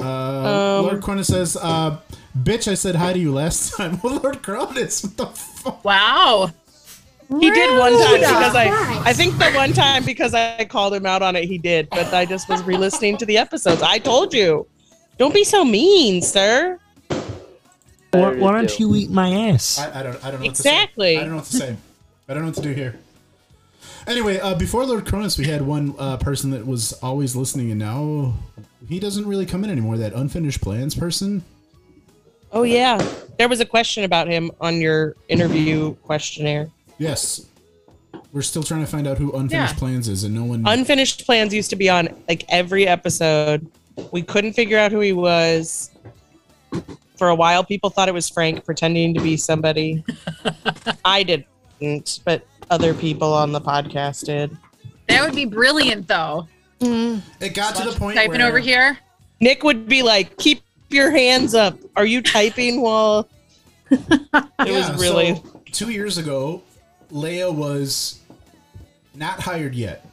Speaker 5: Um,
Speaker 3: Uh, Lord Cronus says, uh, "Bitch, I said hi to you last time." Well, Lord Cronus, what the fuck?
Speaker 5: Wow.
Speaker 4: Oh,
Speaker 2: He did one time because I, I think the one time because I called him out on it, he did. But I just was re-listening to the episodes. I told you, don't be so mean, sir.
Speaker 10: Why, why don't you eat my ass?
Speaker 3: I, I don't, I don't know
Speaker 2: Exactly.
Speaker 3: what to say. I don't know what to say. I don't know what to do here. Anyway, uh, before Lord Cronus, we had one uh, person that was always listening, and now he doesn't really come in anymore. That unfinished plans person.
Speaker 2: Oh yeah, there was a question about him on your interview questionnaire.
Speaker 3: Yes, we're still trying to find out who unfinished
Speaker 5: Yeah.
Speaker 3: plans is, and no one.
Speaker 2: Unfinished plans used to be on like every episode. We couldn't figure out who he was. For a while, people thought it was Frank pretending to be somebody. I didn't, but other people on the podcast did.
Speaker 5: That would be brilliant, though.
Speaker 3: it got to the point.
Speaker 5: Typing
Speaker 3: where-
Speaker 5: over here.
Speaker 2: Nick would be like, "Keep your hands up. Are you typing while?" It
Speaker 3: Yeah,
Speaker 2: was really
Speaker 3: so two years ago. Leia was not hired yet.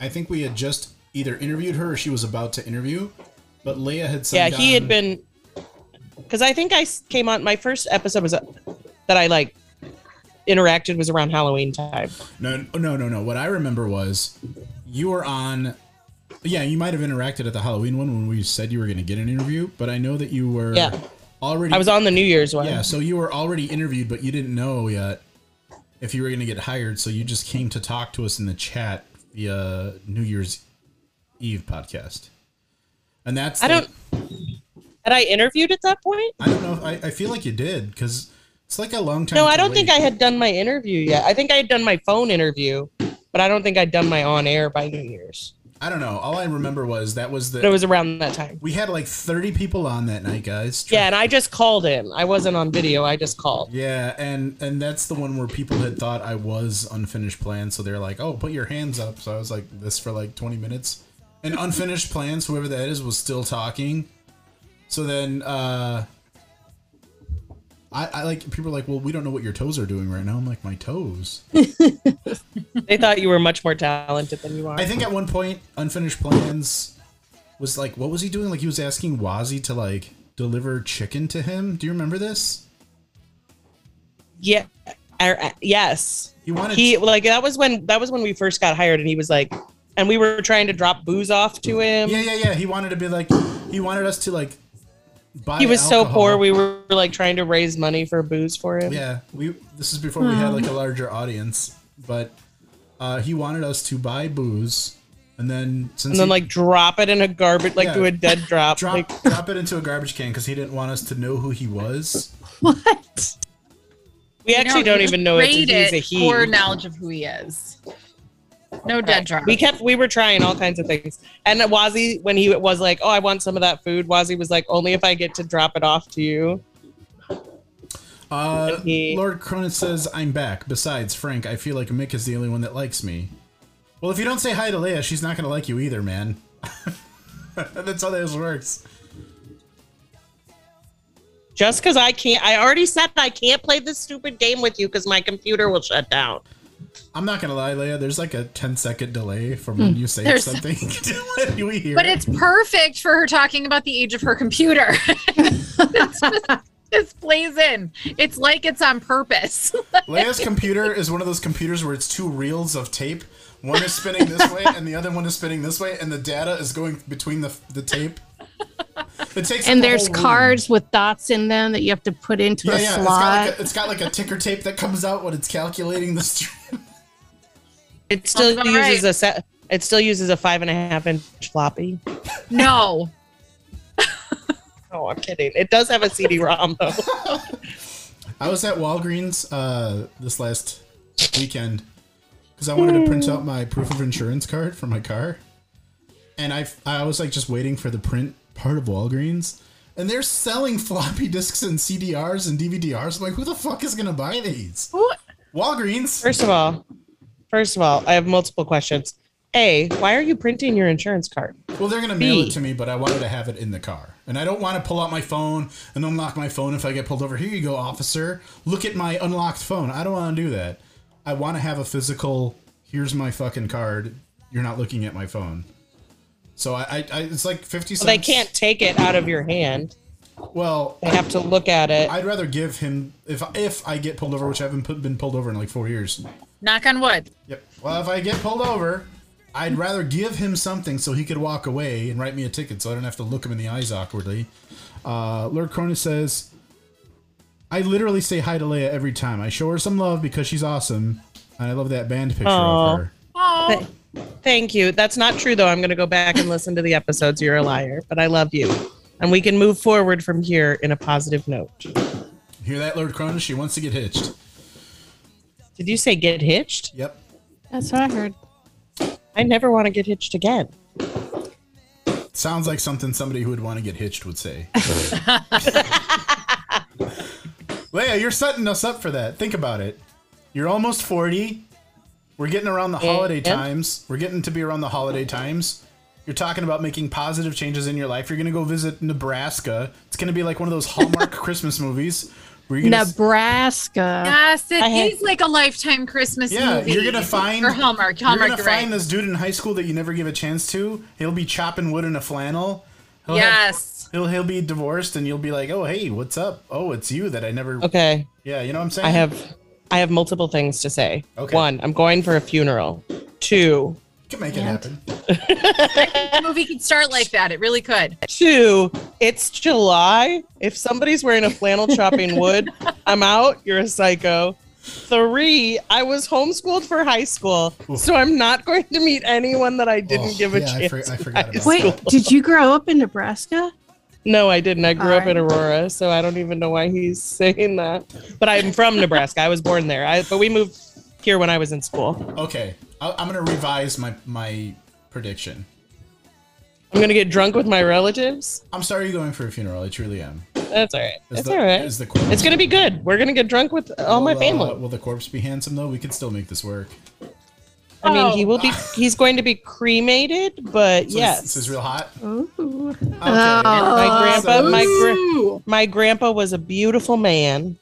Speaker 3: I think we had just either interviewed her or she was about to interview, but Leia had um,
Speaker 2: yeah.
Speaker 3: signed
Speaker 2: He had
Speaker 3: on-
Speaker 2: been because I think I s- came on my first episode was uh, that I like interacted was around Halloween time.
Speaker 3: No, no, no, no. What I remember was you were on. Yeah, you might have interacted at the Halloween one when we said you were going to get an interview, but I know that you were
Speaker 2: Yeah.
Speaker 3: already.
Speaker 2: I was on the New Year's one.
Speaker 3: Yeah, so you were already interviewed, but you didn't know yet if you were going to get hired. So you just came to talk to us in the chat via New Year's Eve podcast. And that's
Speaker 2: I
Speaker 3: the-
Speaker 2: don't. Had I interviewed at that point?
Speaker 3: I don't know. I, I feel like you did because it's like a long time.
Speaker 2: No,
Speaker 3: to
Speaker 2: I don't think I
Speaker 3: wait.
Speaker 2: had done my interview yet. I think I had done my phone interview, but I don't think I'd done my on air by New Year's.
Speaker 3: I don't know. All I remember was that was the.
Speaker 2: But it was around that time.
Speaker 3: We had like 30 people on that night, guys.
Speaker 2: Yeah, and I just called in. I wasn't on video. I just called.
Speaker 3: Yeah, and and that's the one where people had thought I was unfinished plan, so they're like, "Oh, put your hands up." So I was like this for like 20 minutes. And unfinished plans, whoever that is, was still talking. So then uh I, I like people are like, "Well, we don't know what your toes are doing right now." I'm like, "My toes."
Speaker 2: They thought you were much more talented than you are.
Speaker 3: I think at one point, unfinished plans was like, what was he doing? Like he was asking Wazzy to like deliver chicken to him. Do you remember this?
Speaker 2: Yeah. er, uh, yes.
Speaker 3: He wanted.
Speaker 2: He like that was when that was when we first got hired, and he was like, and we were trying to drop booze off to him.
Speaker 3: yeah, yeah, yeah. He wanted to be like. He wanted us to like. Buy
Speaker 2: He was so
Speaker 3: alcohol.
Speaker 2: poor. We were like trying to raise money for booze for him.
Speaker 3: Yeah, we. This is before we had like a larger audience, but uh, he wanted us to buy booze, and then since
Speaker 2: And then
Speaker 3: he-
Speaker 2: like drop it in a garbage, like
Speaker 3: Yeah.
Speaker 2: do a dead drop.
Speaker 3: drop
Speaker 2: like,
Speaker 3: drop it into a garbage can because he didn't want us to know who he was.
Speaker 4: What?
Speaker 2: we actually don't even know it's a,
Speaker 5: Grade
Speaker 2: he's a
Speaker 5: it
Speaker 2: he.
Speaker 5: for knowledge of who he is. No dead drop.
Speaker 2: We kept we were trying all kinds of things. And Wazi, when he was like, Oh, I want some of that food, Wazi was like, Only if I get to drop it off to you.
Speaker 3: Uh,
Speaker 2: And he-
Speaker 3: Lord Cronin says, I'm back. Besides, Frank, I feel like Mick is the only one that likes me. Well, if you don't say hi to Leia, she's not going to like you either, man. That's how this works.
Speaker 2: Just because I can't I already said I can't play this stupid game with you because my computer will shut down.
Speaker 3: I'm not going to lie, Leia. There's like a 10 second delay from
Speaker 4: Hmm.
Speaker 3: when you say
Speaker 5: There's-
Speaker 3: something to when we hear
Speaker 5: But
Speaker 3: it.
Speaker 5: it's perfect for her talking about the age of her computer. it's just, just plays in. It's like it's on purpose.
Speaker 3: Leia's computer is one of those computers where it's two reels of tape. One is spinning this way, and the other one is spinning this way, and the data is going between the, the tape. It takes up
Speaker 4: And
Speaker 3: the
Speaker 4: there's
Speaker 3: whole room.
Speaker 4: cards with dots in them that you have to put into a
Speaker 3: It's got,
Speaker 4: slot.
Speaker 3: like a, it's got like a ticker tape that comes out when it's calculating the stream.
Speaker 2: It still
Speaker 5: Sounds about
Speaker 2: uses
Speaker 5: right.
Speaker 2: a set it still uses a five and a half inch floppy.
Speaker 5: No.
Speaker 2: Oh, I'm kidding. It does have a CD ROM though.
Speaker 3: I was at Walgreens uh, this last weekend because I wanted to print out my proof of insurance card for my car, and I I was like just waiting for the print part of Walgreens, and they're selling floppy disks and CDRs and DVDRs. I'm like, who the fuck is gonna buy these? Walgreens.
Speaker 2: First of all, first of all, I have multiple questions. A, why are you printing your insurance card?
Speaker 3: Well, they're gonna mail it
Speaker 2: B.
Speaker 3: to me, but I wanted to have it in the car, and I don't want to pull out my phone and unlock my phone if I get pulled over. Here you go, officer. Look at my unlocked phone. I don't want to do that. I want to have a physical. Here's my fucking card. You're not looking at my phone. So I, I, I it's like fifty.
Speaker 2: Well,
Speaker 3: Cents.
Speaker 2: they can't take it out of your hand.
Speaker 3: Well,
Speaker 2: They have to look at it.
Speaker 3: I'd rather give him if if I get pulled over, which I haven't put, been pulled over in like four years.
Speaker 5: Knock on wood.
Speaker 3: Yep. Well, if I get pulled over, I'd rather give him something so he could walk away and write me a ticket so I don't have to look him in the eyes awkwardly. Uh, Lord Cronin says, I literally say hi to Leia every time. I show her some love because she's awesome, and I love that band picture
Speaker 2: Aw.
Speaker 3: of her.
Speaker 5: Oh,
Speaker 2: Thank you. That's not true, though. I'm going to go back and listen to the episodes. You're a liar, but I love you. And we can move forward from here in a positive note.
Speaker 3: Hear that, Lord Cronin? She wants to get hitched.
Speaker 2: Did you say get hitched?
Speaker 3: Yep.
Speaker 4: That's what I heard.
Speaker 2: I never want to get hitched again.
Speaker 3: Sounds like something somebody who would want to get hitched would say. Leia, you're setting us up for that. Think about it. You're almost 40. We're getting around the holiday
Speaker 2: And?
Speaker 3: times. We're getting to be around the holiday times. You're talking about making positive changes in your life. You're going to go visit Nebraska. It's going to be like one of those Hallmark Christmas movies where you're going to
Speaker 4: Nebraska.
Speaker 5: yes. It
Speaker 2: I had-
Speaker 5: is like a lifetime Christmas
Speaker 3: Yeah,
Speaker 5: movie.
Speaker 3: you're going to find
Speaker 5: Or Hallmark.
Speaker 3: You're
Speaker 5: Hallmark,
Speaker 3: going to
Speaker 5: you're
Speaker 3: find
Speaker 5: right.
Speaker 3: this dude in high school that you never give a chance to. He'll be chopping wood in a flannel. He'll have
Speaker 5: Yes.
Speaker 3: He'll he'll be divorced, and you'll be like, "Oh, hey, what's up? Oh, it's you that I never."
Speaker 2: Okay.
Speaker 3: Yeah, you know what I'm saying.
Speaker 2: I have. I have multiple things to say.
Speaker 3: Okay.
Speaker 2: One, I'm going for a funeral. Two,
Speaker 3: Can make it happen.
Speaker 5: the movie could start like that. It really could.
Speaker 2: two, it's July. If somebody's wearing a flannel chopping wood, I'm out. You're a psycho. Three, I was homeschooled for high school, so I'm not going to meet anyone that I didn't
Speaker 3: Oh,
Speaker 2: give a
Speaker 3: yeah, I
Speaker 2: chance.
Speaker 3: for- I
Speaker 2: in
Speaker 3: forgot
Speaker 2: high
Speaker 3: about
Speaker 4: Wait,
Speaker 2: school.
Speaker 4: did you grow up in Nebraska?
Speaker 2: No, I didn't. I grew up
Speaker 4: Alright.
Speaker 2: in Aurora, so I don't even know why he's saying that. But I'm from Nebraska. I was born there. I, but we moved here when I was in school.
Speaker 3: Okay, I, I'm gonna revise my my prediction.
Speaker 2: I'm gonna get drunk with my relatives.
Speaker 3: I'm sorry you're going for a funeral. I truly am.
Speaker 2: That's all right.
Speaker 3: Is
Speaker 2: That's
Speaker 3: the-
Speaker 2: all right.
Speaker 3: is the corpse-
Speaker 2: it's gonna be good. We're gonna get drunk with all my
Speaker 3: Will, uh,
Speaker 2: family.
Speaker 3: will the corpse be handsome though? We could still make this work.
Speaker 2: I mean, he will be. He's going to be cremated, but
Speaker 3: So
Speaker 2: yes. Oh.
Speaker 3: This is real hot.
Speaker 4: Ooh.
Speaker 5: Oh.
Speaker 2: my grandpa,
Speaker 3: so
Speaker 2: my
Speaker 4: Ooh.
Speaker 2: gra- my grandpa was a beautiful man.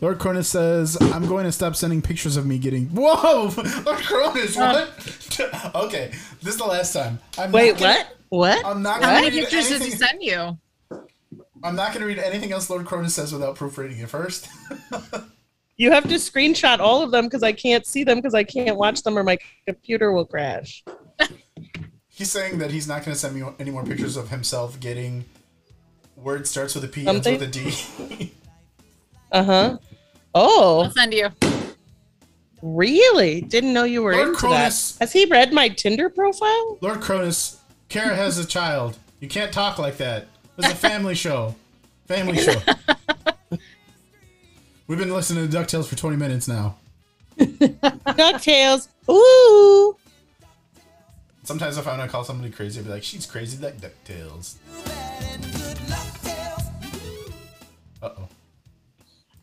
Speaker 3: Lord Cronus says, I'm going to stop sending pictures of me getting. Whoa! Lord Cronus, what? okay, this is the last time. I'm
Speaker 2: Wait,
Speaker 3: not gonna-
Speaker 2: what? What?
Speaker 3: I'm not
Speaker 5: How
Speaker 3: gonna
Speaker 5: many
Speaker 3: read
Speaker 5: pictures did he
Speaker 3: anything-
Speaker 5: send you?
Speaker 3: I'm not going to read anything else Lord Cronus says without proofreading it first.
Speaker 2: You have to screenshot all of them because I can't see them because I can't watch them or my computer will crash.
Speaker 3: he's saying that he's not going to send me any more pictures of himself getting. Word starts with a P,
Speaker 2: Something?
Speaker 3: ends with a D.
Speaker 2: Uh huh.
Speaker 5: I'll
Speaker 2: Oh,
Speaker 5: send you.
Speaker 2: really? Didn't know you were
Speaker 3: Lord
Speaker 2: into
Speaker 3: Cronus.
Speaker 2: that. Has he read my Tinder profile?
Speaker 3: Lord Cronus, Kara has a child. You can't talk like that. This is a family show. Family show. We've been listening to DuckTales for 20 minutes now.
Speaker 2: Ducktales. Ooh.
Speaker 3: Sometimes if I want to call somebody crazy, I'd be like, she's crazy like DuckTales. Uh oh.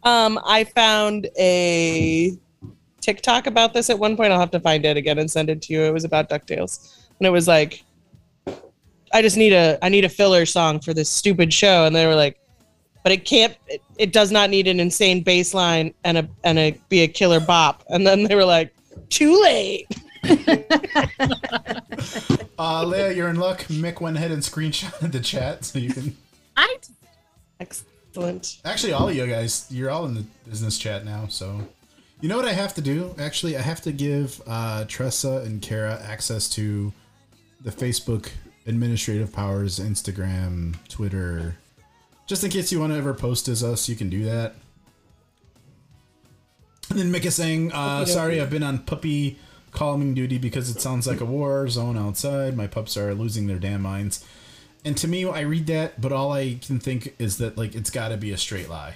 Speaker 2: Um, I found a TikTok about this at one point. I'll have to find it again and send it to you. It was about Ducktales, and it was like, I just need a I need a filler song for this stupid show, and they were like, but it can't. It, it does not need an insane bass line and a and a be a killer bop. And then they were like, too late.
Speaker 3: Uh, Leia, you're in luck. Mick went ahead and screenshotted the chat, so you can.
Speaker 5: I
Speaker 2: Excellent.
Speaker 3: Actually, all of you guys, you're all in the business chat now, so. You know what I have to do? Actually, I have to give uh, Tressa and Kara access to the Facebook administrative powers, Instagram, Twitter. Just in case you want to ever post as us, you can do that. And then Mick is saying, uh, sorry, I've been on puppy calming duty because it sounds like a war zone outside. My pups are losing their damn minds. And to me, I read that, but all I can think is that, like, it's got to be a straight lie.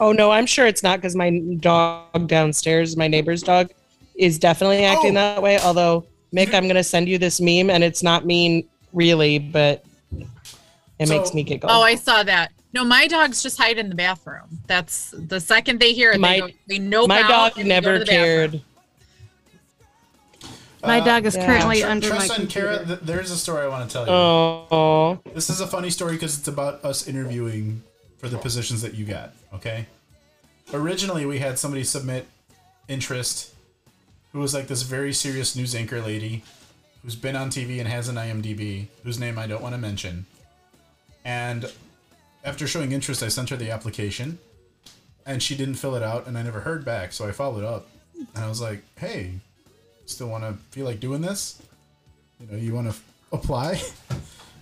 Speaker 2: Oh no, I'm sure it's not because my dog downstairs, my neighbor's dog, is definitely acting
Speaker 3: Oh.
Speaker 2: that way. Although Mick, I'm gonna send you this meme, and it's not mean really, but it
Speaker 3: So-
Speaker 2: makes me giggle.
Speaker 5: Oh, I saw that. No, my dogs just hide in the bathroom. That's the second they hear it,
Speaker 2: My-
Speaker 5: they, go, they nope
Speaker 2: my
Speaker 5: out
Speaker 2: dog
Speaker 5: and they go to
Speaker 2: never
Speaker 5: the bathroom.
Speaker 2: cared.
Speaker 4: My
Speaker 3: Uh,
Speaker 4: dog is
Speaker 2: yeah.
Speaker 4: currently
Speaker 3: Tre-
Speaker 4: under my
Speaker 3: Tressa and Kara,
Speaker 4: computer.
Speaker 3: th- there's a story I want to tell you.
Speaker 2: Oh,
Speaker 3: This is a funny story because it's about us interviewing for the positions that you got, okay? Originally, we had somebody submit interest who was like this very serious news anchor lady who's been on TV and has an IMDb, whose name I don't want to mention. And after showing interest, I sent her the application and she didn't fill it out and I never heard back, so I followed up and I was like, hey, still want to feel like doing this? You know, you want to f- apply?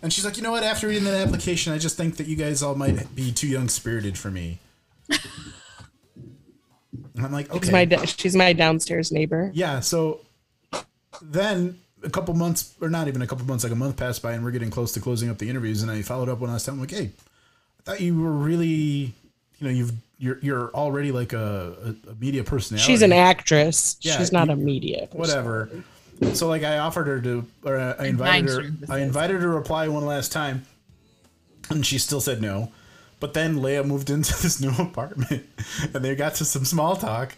Speaker 3: And she's like, you know what? After reading that application, I just think that you guys all might be too young spirited for me. and I'm like, okay,
Speaker 2: she's my da- she's my downstairs neighbor.
Speaker 3: yeah. So then a couple months, or not even a couple months, like a month passed by, and we're getting close to closing up the interviews. And I followed up one last time. I'm like, hey, I thought you were really, you know, you've you're you're already like a, a, a media personality.
Speaker 2: She's an actress.
Speaker 3: Yeah,
Speaker 2: she's not
Speaker 3: you-
Speaker 2: a media. person.
Speaker 3: whatever. So like I offered her to, or I- I invited
Speaker 5: Nine
Speaker 3: her.
Speaker 5: services.
Speaker 3: I invited her to reply one last time, and she still said no. But then Leia moved into this new apartment, and they got to some small talk.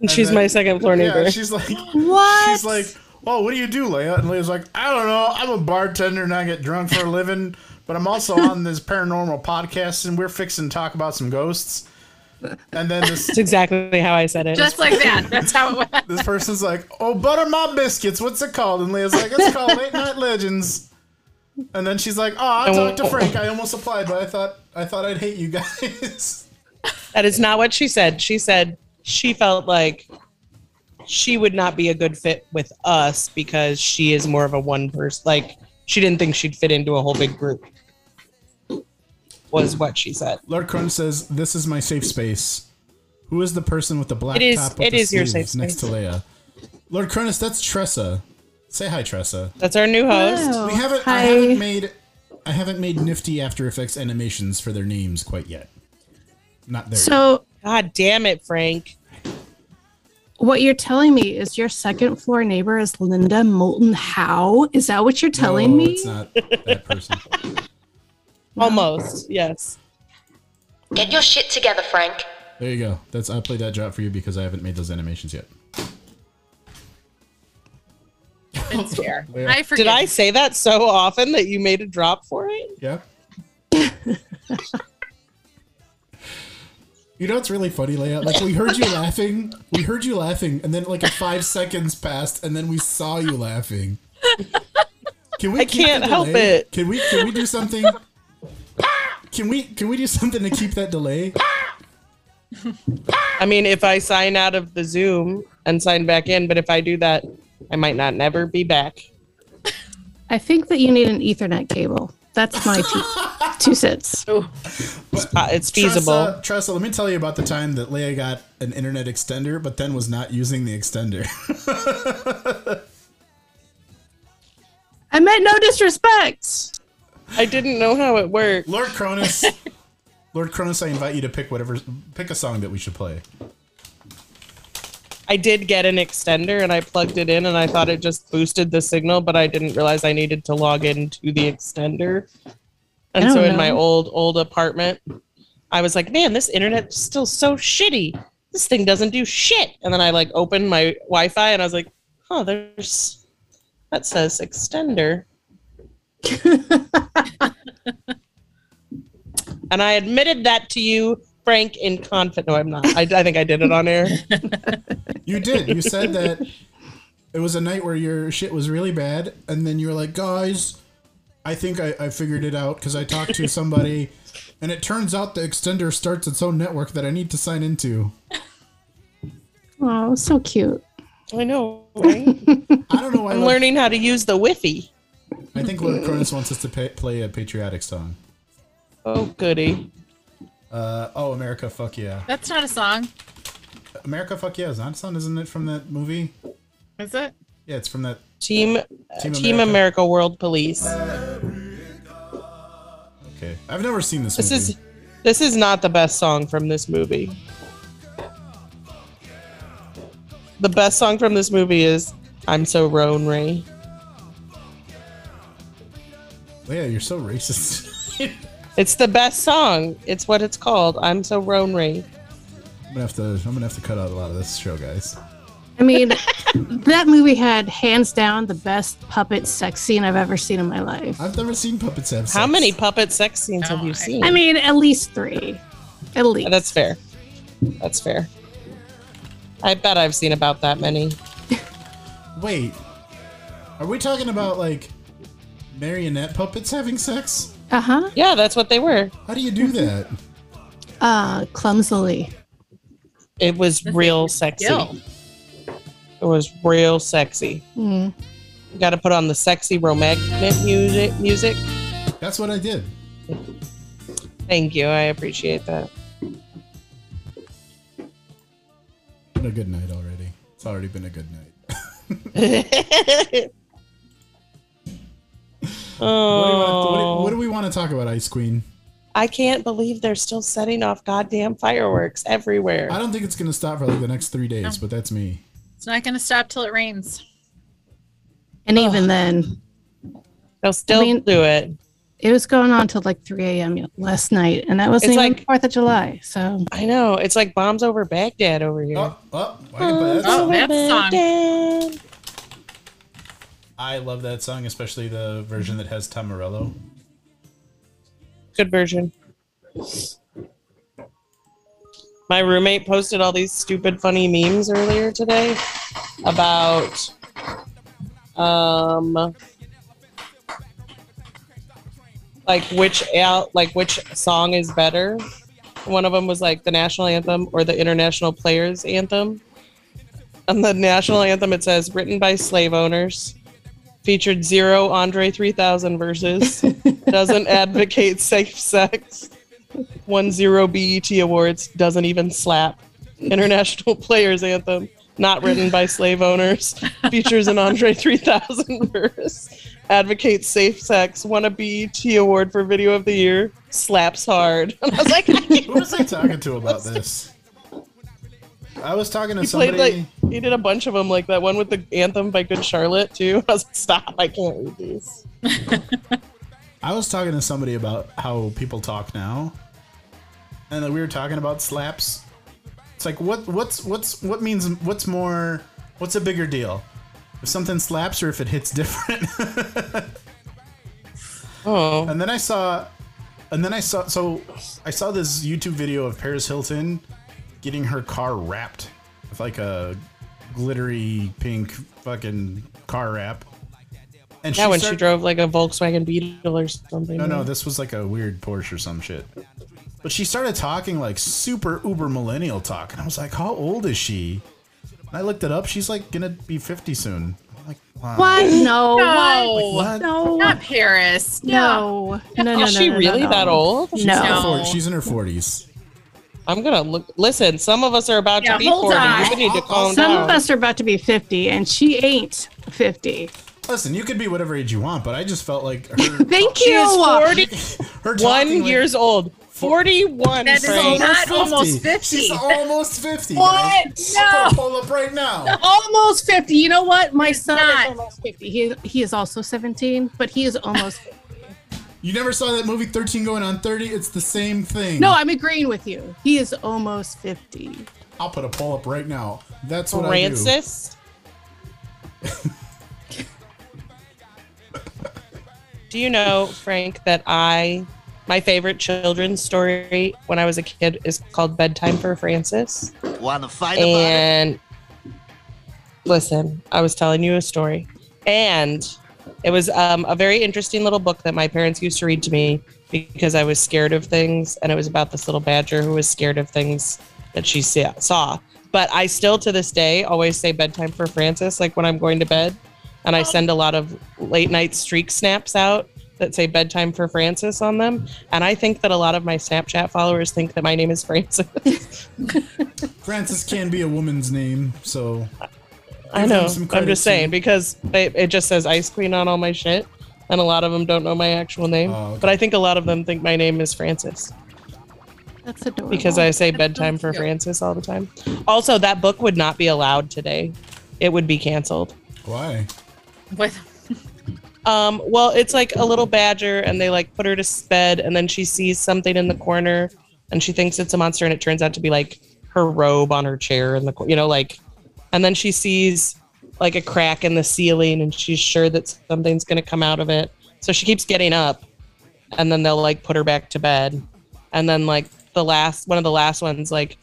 Speaker 2: And she's
Speaker 3: then-
Speaker 2: my second floor neighbor.
Speaker 3: Yeah, she's like, what? She's like, oh, what do you do, Leia? And Leia's like, I don't know. I'm a bartender and I get drunk for a living, but I'm also on this paranormal podcast, and we're fixing to talk about some ghosts. And then this
Speaker 2: That's exactly how I said it.
Speaker 5: Just like that. That's how it went.
Speaker 3: this person's like, "Oh, butter my biscuits. What's it called?" And Leah's like, "It's called Late Night Legends." And then she's like, "Oh, I talked to Frank. I almost applied, but I thought I thought I'd hate you guys."
Speaker 2: That is not what she said. She said she felt like she would not be a good fit with us because she is more of a one person. Like she didn't think she'd fit into a whole big group. Was what she said.
Speaker 3: Lord Crone says, "This is my safe space." Who is the person with the black
Speaker 2: It is-
Speaker 3: top with
Speaker 2: it
Speaker 3: the
Speaker 2: is your
Speaker 3: sleeves
Speaker 2: safe
Speaker 3: next to
Speaker 2: space.
Speaker 3: Leia? Lord Cronus, that's Tressa. Say hi, Tressa.
Speaker 2: That's our new host.
Speaker 4: Wow.
Speaker 3: we haven't. I
Speaker 4: Oh, hi.
Speaker 3: haven't made. I haven't made nifty After Effects animations for their names quite yet. Not there. yet.
Speaker 4: So
Speaker 2: God damn it, Frank.
Speaker 4: What you're telling me is your second floor neighbor is Linda Moulton Howe? Is that what you're telling
Speaker 3: No,
Speaker 4: me?
Speaker 3: It's not that person.
Speaker 2: Almost, yes.
Speaker 7: Get your shit together, Frank.
Speaker 3: There you go. That's I played that drop for you because I haven't made those animations yet.
Speaker 5: It's fair.
Speaker 2: I Did I say that so often that you made a drop for it?
Speaker 3: Yeah. You know what's really funny, Leia? Like we heard you laughing, we heard you laughing, and then like five seconds passed, and then we saw you laughing. Can we?
Speaker 2: I
Speaker 3: keep the
Speaker 2: can't help
Speaker 3: delay?
Speaker 2: it.
Speaker 3: Can we? Can we do something? Can we? Can we do something to keep that delay?
Speaker 2: I mean, if I sign out of the Zoom and sign back in, but if I do that, I might not never be back.
Speaker 4: I think that you need an Ethernet cable. That's my two, two cents.
Speaker 2: It's, po- Uh, it's feasible.
Speaker 3: Tressa, Tressa, let me tell you about the time that Leia got an internet extender, but then was not using the extender.
Speaker 4: I meant no disrespect.
Speaker 2: I didn't know how it worked.
Speaker 3: Lord Cronus, Lord Cronus, I invite you to pick whatever, pick a song that we should play.
Speaker 2: I did get an extender and I plugged it in and I thought it just boosted the signal, but I didn't realize I needed to log into the extender.
Speaker 4: I
Speaker 2: And
Speaker 4: don't
Speaker 2: so in my
Speaker 4: know.
Speaker 2: old, old apartment, I was like, man, this internet's still so shitty. This thing doesn't do shit. And then I like opened my Wi Fi and I was like, oh, there's that says extender. and I admitted that to you, Frank, in confidence. No, I'm not. I, I think I did it on air.
Speaker 3: You did. You said that it was a night where your shit was really bad, and then you were like, guys, I think I, I figured it out because I talked to somebody, and it turns out the extender starts its own network that I need to sign into.
Speaker 4: Oh, so cute.
Speaker 2: I know, right?
Speaker 3: I don't know why.
Speaker 2: I'm
Speaker 3: Lord-
Speaker 2: learning how to use the Wi-Fi.
Speaker 3: I think Lord Cronus wants us to pay, play a patriotic song.
Speaker 2: Oh, goody.
Speaker 3: Uh, oh, America, fuck yeah.
Speaker 5: That's not a song,
Speaker 3: America, fuck yeah is that a song, isn't it, from that movie?
Speaker 5: is it?
Speaker 3: Yeah, it's from that.
Speaker 2: Team uh,
Speaker 3: Team
Speaker 2: Team,
Speaker 3: America.
Speaker 2: America. World Police.
Speaker 3: Okay. I've never seen this,
Speaker 2: This
Speaker 3: movie.
Speaker 2: is this is not the best song from this movie. The best song from this movie is I'm So Ray."
Speaker 3: Leia, Oh, you're so racist.
Speaker 2: It's the best song. It's what it's called. I'm So Ray."
Speaker 3: I'm gonna have to. I'm gonna have to cut out a lot of this show, guys.
Speaker 4: I mean, that movie had hands down the best puppet sex scene I've ever seen in my life.
Speaker 3: I've never seen puppets
Speaker 2: How
Speaker 3: have. sex.
Speaker 2: many puppet sex scenes have you seen?
Speaker 4: I mean, at least three. At least.
Speaker 2: That's fair. That's fair. I bet I've seen about that many.
Speaker 3: Wait, are we talking about like marionette puppets having sex?
Speaker 4: Uh huh.
Speaker 2: Yeah, that's what they were.
Speaker 3: How do you do that?
Speaker 4: Uh, clumsily.
Speaker 2: It was real sexy.
Speaker 5: Yo.
Speaker 2: It was real sexy.
Speaker 4: Mm.
Speaker 2: You got to put on the sexy romantic music. Music.
Speaker 3: That's what I did.
Speaker 2: Thank you. I appreciate that.
Speaker 3: What a good night already. It's already been a good night. What do, you want- what do-
Speaker 2: oh,
Speaker 3: what do we want to talk about, Ice Queen?
Speaker 2: I can't believe they're still setting off goddamn fireworks
Speaker 3: I
Speaker 2: everywhere.
Speaker 3: don't think it's gonna stop for like the next three days, but that's me.
Speaker 5: It's not going to stop till it rains.
Speaker 4: And even then,
Speaker 2: They'll still
Speaker 4: I mean-
Speaker 2: do it.
Speaker 4: it was going on till like 3 a.m. last night, and that wasn't
Speaker 2: It's
Speaker 4: even
Speaker 2: like-
Speaker 4: 4th of July. So,
Speaker 2: I know. It's like bombs over Baghdad over here.
Speaker 3: Oh, oh, I, can play that
Speaker 5: Oh,
Speaker 3: song.
Speaker 5: that song.
Speaker 2: Baghdad.
Speaker 3: I love that song, especially the version that has Tom Morello.
Speaker 2: good version. My roommate posted all these stupid, funny memes earlier today about um, like which out, like which song is better. One of them was like the national anthem or the international players anthem. And the national anthem, it says written by slave owners, featured zero Andre 3000 verses doesn't advocate safe sex. One zero BET awards doesn't even slap. International Players Anthem, not written by slave owners, features an Andre 3000 verse. Advocates safe sex, won a BET award for video of the year, slaps hard. And I was like, I
Speaker 3: Who was I talking to about this? I was talking to
Speaker 2: played,
Speaker 3: somebody.
Speaker 2: He did a bunch of them, like that one with the anthem by Good Charlotte too. I was like, stop! I can't read these.
Speaker 3: I was talking to somebody about how people talk now, and we were talking about slaps. It's like what what's what's what means what's more what's a bigger deal, if something slaps or if it hits different.
Speaker 2: oh.
Speaker 3: And then I saw, and then I saw so I saw this YouTube video of Paris Hilton getting her car wrapped with like a glittery pink fucking car wrap. And
Speaker 2: yeah, when
Speaker 3: started-
Speaker 2: she drove like a Volkswagen Beetle or something.
Speaker 3: no, no, this was like a weird Porsche or some shit. But she started talking like super uber millennial talk, and I was like, "How old is she?" And I looked it up. She's like gonna be fifty soon. I'm like, wow.
Speaker 4: What? No.
Speaker 5: No.
Speaker 3: Like, what?
Speaker 4: No.
Speaker 5: Not Paris.
Speaker 4: No. No. No. no,
Speaker 2: Is she
Speaker 4: no, no,
Speaker 2: really
Speaker 4: no.
Speaker 2: that old?
Speaker 3: She's, in her
Speaker 4: No.
Speaker 3: 40s. She's in her forties.
Speaker 2: I'm gonna look. Listen, some of us are about
Speaker 5: Yeah,
Speaker 2: to be
Speaker 5: hold
Speaker 2: 40.
Speaker 5: on.
Speaker 2: You need to calm
Speaker 4: Some
Speaker 2: down.
Speaker 4: of us are about to be 50, and she ain't 50.
Speaker 3: Listen, you could be whatever age you want, but I just felt like her,
Speaker 4: Thank
Speaker 2: she
Speaker 4: you.
Speaker 2: is 41
Speaker 3: talking like-
Speaker 2: years old. 41.
Speaker 5: That is
Speaker 2: Frank.
Speaker 5: not almost
Speaker 3: She's
Speaker 5: 50.
Speaker 3: almost fifty.
Speaker 4: What?
Speaker 3: guys.
Speaker 4: No.
Speaker 3: Pull up right now.
Speaker 4: Almost 50. You know what? My son
Speaker 5: not.
Speaker 4: is almost 50. He, he is also 17, but he is almost.
Speaker 3: You never saw that movie Thirteen Going on Thirty? It's the same thing.
Speaker 4: no, I'm agreeing with you. He is almost 50.
Speaker 3: I'll put a poll up right now. That's what I do.
Speaker 2: Francis. Do you know, Frank, that I, my favorite children's story when I was a kid is called Bedtime for Francis?
Speaker 9: Want to fight about it?
Speaker 2: And listen, I was telling you a story. And it was um, a very interesting little book that my parents used to read to me because I was scared of things. And it was about this little badger who was scared of things that she sa- saw. But I still, to this day, always say bedtime for Francis, like when I'm going to bed. And
Speaker 9: Oh.
Speaker 2: I send a lot of late night streak snaps out that say bedtime for Francis on them. And I think that a lot of my Snapchat followers think that my name is Francis.
Speaker 3: Francis can be a woman's name, so
Speaker 2: I
Speaker 3: Give
Speaker 2: know.
Speaker 3: them some
Speaker 2: I'm
Speaker 3: credit,
Speaker 2: just saying
Speaker 3: too.
Speaker 2: because they, it just says Ice Queen on all my shit, and a lot of them don't know my actual name.
Speaker 3: Oh, okay.
Speaker 2: But I think a lot of them think my name is Francis
Speaker 4: That's adorable.
Speaker 2: because I say bedtime for
Speaker 5: cute.
Speaker 2: Francis all the time. Also, that book would not be allowed today; it would be canceled.
Speaker 3: why?
Speaker 5: With
Speaker 2: Um, well, it's like a little badger, and they like put her to bed, and then she sees something in the corner, and she thinks it's a monster, and it turns out to be like her robe on her chair in the cor- you know like, and then she sees like a crack in the ceiling, and she's sure that something's gonna come out of it, so she keeps getting up, and then they'll like put her back to bed, and then like the last one of the last ones like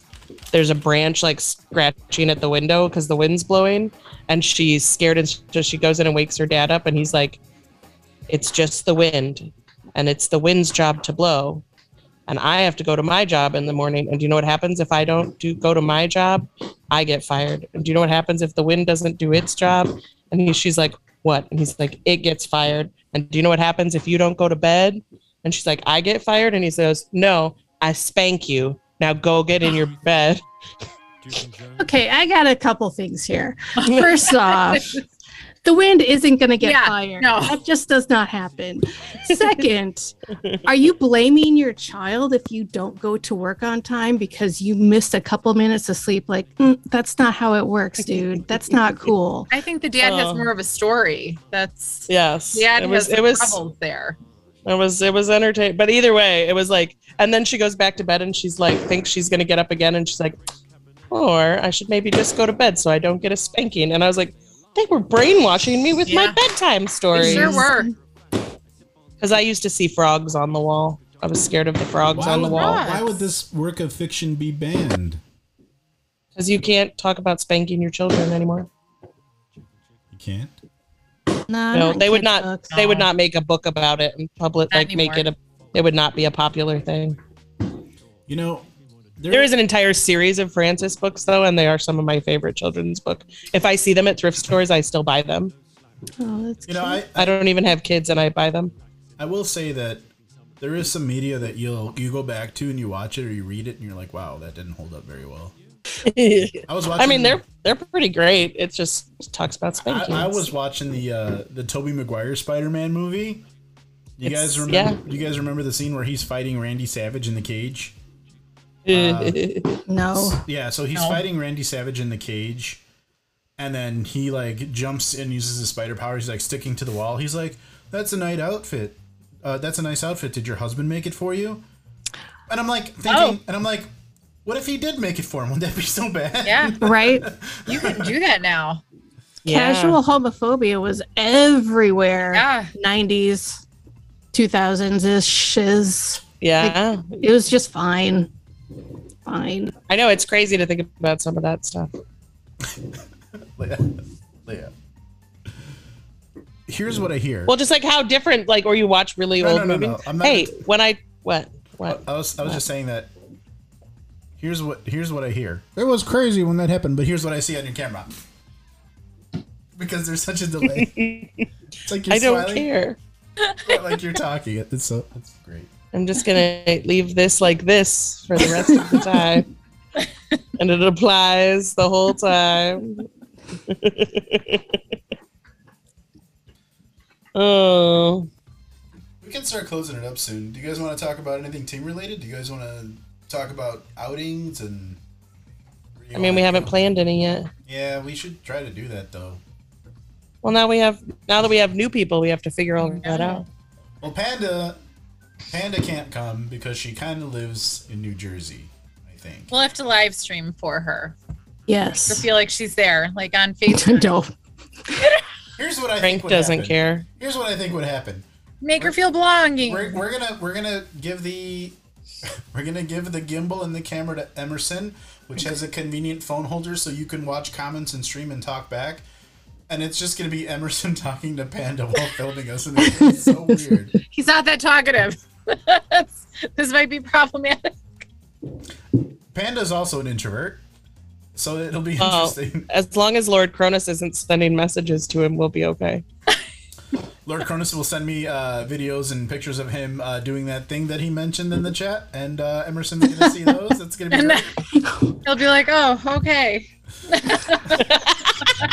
Speaker 2: there's a branch like scratching at the window because the wind's blowing and she's scared and so she goes in and wakes her dad up and he's like it's just the wind and it's the wind's job to blow and i have to go to my job in the morning and do you know what happens if i don't do go to my job i get fired and do you know what happens if the wind doesn't do its job and he, she's like what and he's like it gets fired and do you know what happens if you don't go to bed and she's like i get fired and he says no i spank you now go get in your bed
Speaker 4: Okay, I got a couple things here. First off, the wind isn't going to get
Speaker 5: Yeah,
Speaker 4: fired.
Speaker 5: no.
Speaker 4: That just does not happen. Second, are you blaming your child if you don't go to work on time because you missed a couple minutes of sleep? Like, mm, that's not how it works, dude. That's not cool.
Speaker 5: I think the dad
Speaker 2: Oh.
Speaker 5: has more of a story. That's
Speaker 2: yes
Speaker 5: the dad
Speaker 2: it was
Speaker 5: has
Speaker 2: it was
Speaker 5: problems there.
Speaker 2: It was it was entertaining, but either way, it was like. And then she goes back to bed, and she's like, thinks she's gonna get up again, and she's like, or I should maybe just go to bed so I don't get a spanking. And I was like, they were brainwashing me with my
Speaker 5: Yeah.
Speaker 2: bedtime
Speaker 5: They
Speaker 2: stories.
Speaker 5: sure were.
Speaker 2: Because I used to see frogs on the wall. I was scared of the frogs on the
Speaker 3: would,
Speaker 2: wall
Speaker 3: why would this work of fiction be banned?
Speaker 2: because you can't talk about spanking your children anymore.
Speaker 3: You can't.
Speaker 4: No,
Speaker 2: No, they would
Speaker 4: kid
Speaker 2: not.
Speaker 4: books.
Speaker 2: They would not make a book about it and public
Speaker 5: Not
Speaker 2: like make it
Speaker 5: anymore.
Speaker 2: a. It would not be a popular thing.
Speaker 3: You know, there,
Speaker 2: There is an entire series of Francis books, though, and they are some of my favorite children's book. If I see them at thrift stores, I still buy them.
Speaker 4: Oh, that's
Speaker 3: You know, I,
Speaker 2: I don't even have kids, and I buy them.
Speaker 3: I will say that there is some media that you'll you go back to and you watch it or you read it and you're like, wow, that didn't hold up very well.
Speaker 2: I
Speaker 3: I was watching.
Speaker 2: mean, they're they're pretty great. It just talks about
Speaker 3: I,
Speaker 2: spankings.
Speaker 3: I was watching the uh, the Toby Maguire Spider-Man movie. You
Speaker 2: It's-
Speaker 3: guys remember? You guys remember the scene where he's fighting Randy Savage in the cage?
Speaker 2: Uh,
Speaker 4: no.
Speaker 3: Yeah, so he's
Speaker 5: No.
Speaker 3: fighting Randy Savage in the cage, And then he like jumps and uses his spider powers. He's like sticking to the wall. He's like, "That's a nice outfit. Uh, that's a nice outfit. Did your husband make it for you?" And I'm like thinking,
Speaker 5: Oh.
Speaker 3: and I'm like, "What if he did make it for him? Would that be so bad?"
Speaker 5: Yeah.
Speaker 4: right?
Speaker 5: You can do that now.
Speaker 4: Casual homophobia was everywhere. Nineties, two thousands ish shiz.
Speaker 2: Yeah.
Speaker 4: Like, it was just fine. Fine.
Speaker 2: I know it's crazy to think about some of that stuff.
Speaker 3: Leah, Leah. Here's what I hear.
Speaker 2: Well, just like how different, like, or you watch really
Speaker 3: No,
Speaker 2: old
Speaker 3: no, no,
Speaker 2: movies.
Speaker 3: no, I'm not-
Speaker 2: Hey, when I what what
Speaker 3: I was I was just saying that. Here's what here's what I hear.
Speaker 11: It was crazy when that happened, but
Speaker 3: Here's what I see on your camera. Because there's such a delay. it's like you're
Speaker 2: I don't
Speaker 3: smiling,
Speaker 2: care.
Speaker 3: but like you're talking. It's so it's great.
Speaker 2: I'm just gonna leave this like this for the rest of the time, and it applies the whole time. oh,
Speaker 3: We can start closing it up soon. Do you guys want to talk about anything team related? Do you guys want to talk about outings and?
Speaker 2: I mean, we haven't planned any yet.
Speaker 3: Yeah, we should try to do that though.
Speaker 2: Well, now we have now that we have new people, we have to figure all that out.
Speaker 3: Well, Panda, Panda can't come because she kind of lives in New Jersey, I think.
Speaker 5: We'll have to live stream for her.
Speaker 4: Yes.
Speaker 5: I feel like she's there, like on Facebook.
Speaker 4: no.
Speaker 3: Here's what I
Speaker 2: Frank
Speaker 3: think would
Speaker 2: doesn't
Speaker 3: happen.
Speaker 2: care.
Speaker 3: Here's what I think would happen.
Speaker 5: Make her feel belonging.
Speaker 3: We're, we're gonna we're gonna give the we're gonna give the gimbal and the camera to Emerson, which has a convenient phone holder so you can watch comments and stream and talk back. And it's just gonna be Emerson talking to Panda while filming us, and it's so weird.
Speaker 5: He's not that talkative. this might be problematic.
Speaker 3: Panda's also an introvert, so it'll be
Speaker 2: Oh,
Speaker 3: interesting.
Speaker 2: as long as Lord Cronus isn't sending messages to him, we'll be okay.
Speaker 3: Lord Cronus will send me uh, videos and pictures of him uh, doing that thing that he mentioned in the chat, and uh, Emerson's gonna see those. That's gonna be
Speaker 5: And
Speaker 3: great.
Speaker 5: He'll be like, oh, okay.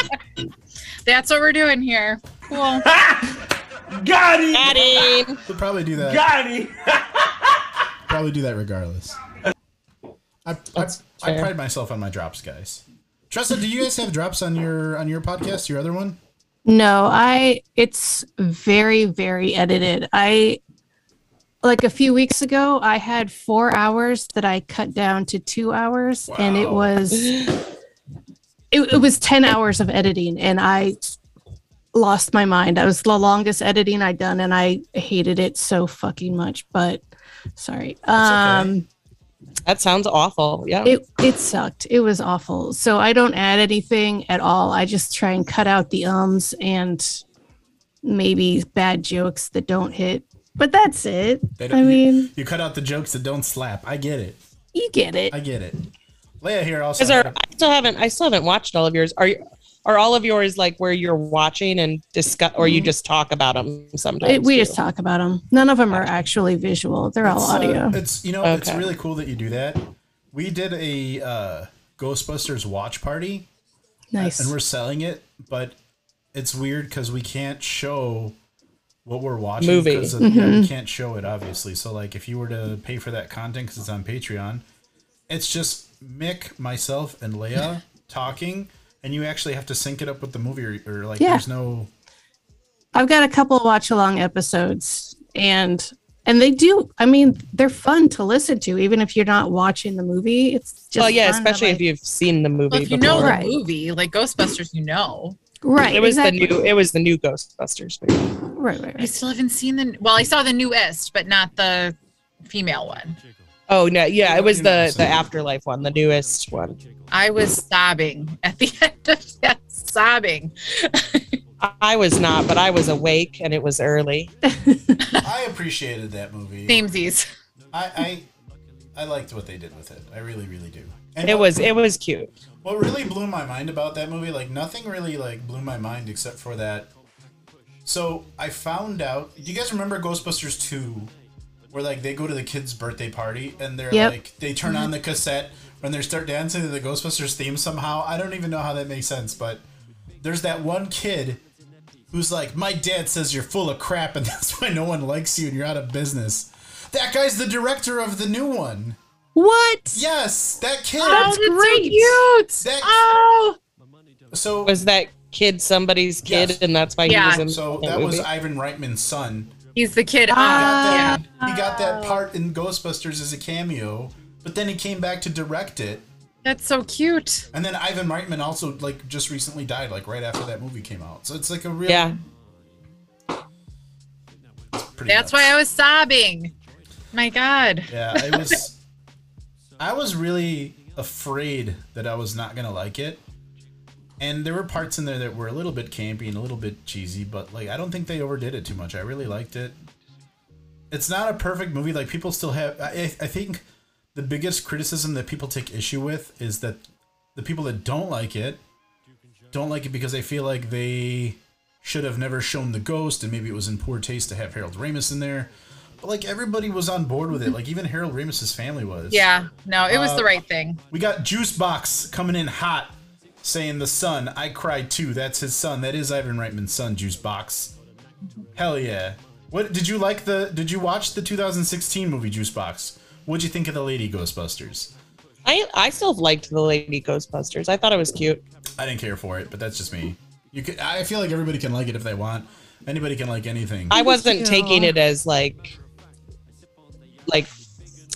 Speaker 5: That's what we're doing here. Cool.
Speaker 10: Got him!
Speaker 2: Got him!
Speaker 3: We'll probably do that.
Speaker 10: Got him!
Speaker 3: Probably do that regardless. I, I, I pride myself on my drops, guys. Tressa, do you guys have drops on your on your podcast? Your other one?
Speaker 4: No, I it's very very edited. I like a few weeks ago I had 4 hours that I cut down to 2 hours and it
Speaker 3: Wow.
Speaker 4: was it, it was 10 hours of editing and I lost my mind. That was the longest editing I'd done and I hated it so fucking much, but sorry. Um
Speaker 2: That sounds awful. Yeah.
Speaker 4: it it sucked. It was awful. So I don't add anything at all. I just try and cut out the ums and maybe bad jokes that don't hit. But that's it.
Speaker 3: They don't-
Speaker 4: I
Speaker 3: you-
Speaker 4: mean,
Speaker 3: you, cut out the jokes that don't slap. I get it.
Speaker 4: you get it.
Speaker 3: I get it. Leia here also.
Speaker 2: Is there, I still haven't. I still haven't watched all of yours. Are you? Are all of yours like where you're watching and discuss, or you just talk about them sometimes?
Speaker 4: Mm-hmm. It- we
Speaker 2: too?
Speaker 4: just talk about them. None of them are actually visual. They're all
Speaker 3: It's, uh,
Speaker 4: audio.
Speaker 3: it's you know it's
Speaker 2: Okay.
Speaker 3: really cool that you do that. We did a uh, Ghostbusters watch party and
Speaker 4: nice.
Speaker 3: we're selling it, but it's weird because we can't show what we're watching.
Speaker 2: Movie.
Speaker 3: 'cause of- yeah, we can't show it obviously. So like, if you were to pay for that content because it's on Patreon, it's just Mick, myself, and Leia talking, and you actually have to sync it up with the movie, or, or like,
Speaker 4: Yeah.
Speaker 3: there's no.
Speaker 4: I've got a couple watch along episodes and and they do I mean, they're fun to listen to even if you're not watching the movie. It's just
Speaker 2: well, yeah,
Speaker 4: fun to,
Speaker 2: especially
Speaker 4: like-
Speaker 2: if you've seen the movie.
Speaker 5: Well, if you know
Speaker 2: before.
Speaker 5: the
Speaker 4: Right.
Speaker 5: movie, like Ghostbusters, you know.
Speaker 4: Right.
Speaker 2: it was
Speaker 4: exactly.
Speaker 2: the new. It was the new Ghostbusters. Movie.
Speaker 4: Right, right,
Speaker 5: I
Speaker 4: right.
Speaker 5: still haven't seen the. Well, I saw the newest, but not the female one.
Speaker 2: Oh no, yeah,
Speaker 3: You're
Speaker 2: it was
Speaker 3: not
Speaker 2: the the
Speaker 3: saying.
Speaker 2: afterlife one, the newest one.
Speaker 5: I was sobbing at the end of that, sobbing.
Speaker 2: I was not, but I was awake and it was early.
Speaker 3: I appreciated that movie.
Speaker 5: Namesies.
Speaker 3: I, I I liked what they did with it. I really, really do. And
Speaker 2: It
Speaker 3: what-
Speaker 2: was it was cute.
Speaker 3: What really blew my mind about that movie, like nothing really like blew my mind except for that. So I found out. Do you guys remember Ghostbusters two, where like they go to the kids' birthday party and they're
Speaker 4: Yep.
Speaker 3: like they turn on the cassette when they start dancing to the Ghostbusters theme somehow. I don't even know how that makes sense, but there's that one kid who's like, "My dad says you're full of crap, and that's why no one likes you and you're out of business." That guy's the director of the new one.
Speaker 4: What?
Speaker 3: Yes, that kid.
Speaker 5: oh, that's so
Speaker 4: great.
Speaker 3: That-
Speaker 5: cute. Oh,
Speaker 3: So
Speaker 2: was that kid somebody's kid, and that's why
Speaker 5: Yeah.
Speaker 2: he was in
Speaker 3: So
Speaker 2: that,
Speaker 3: that was
Speaker 2: movie?
Speaker 3: Ivan Reitman's son.
Speaker 5: He's the kid.
Speaker 3: got
Speaker 5: Ah,
Speaker 3: that- He got that part in Ghostbusters as a cameo, but then he came back to direct it.
Speaker 5: That's so cute.
Speaker 3: And then Ivan Reitman also like just recently died, like right after that movie came out. So it's like a real
Speaker 2: Yeah.
Speaker 5: That's why I was sobbing. My God.
Speaker 3: Yeah, I was I was really afraid that I was not gonna like it. And there were parts in there that were a little bit campy and a little bit cheesy, but like I don't think they overdid it too much. I really liked it. It's not a perfect movie. Like people still have I, I I think the biggest criticism that people take issue with is that the people that don't like it don't like it because they feel like they should have never shown the ghost and maybe it was in poor taste to have Harold Ramis in there. But like everybody was on board with it. Like even Harold Ramis's family was.
Speaker 5: Yeah. No, it was
Speaker 3: Uh,
Speaker 5: the right thing.
Speaker 3: We got Juice Box coming in hot, saying the son. I cried too. That's his son. That is Ivan Reitman's son, Juice Box. Hell yeah! What did you like the? Did you watch the 2016 movie Juice Box? What'd you think of the Lady Ghostbusters?
Speaker 2: I I still liked the Lady Ghostbusters. I thought it was cute.
Speaker 3: I didn't care for it, but that's just me. You could, I feel like everybody can like it if they want. Anybody can like anything.
Speaker 2: I wasn't taking it as like like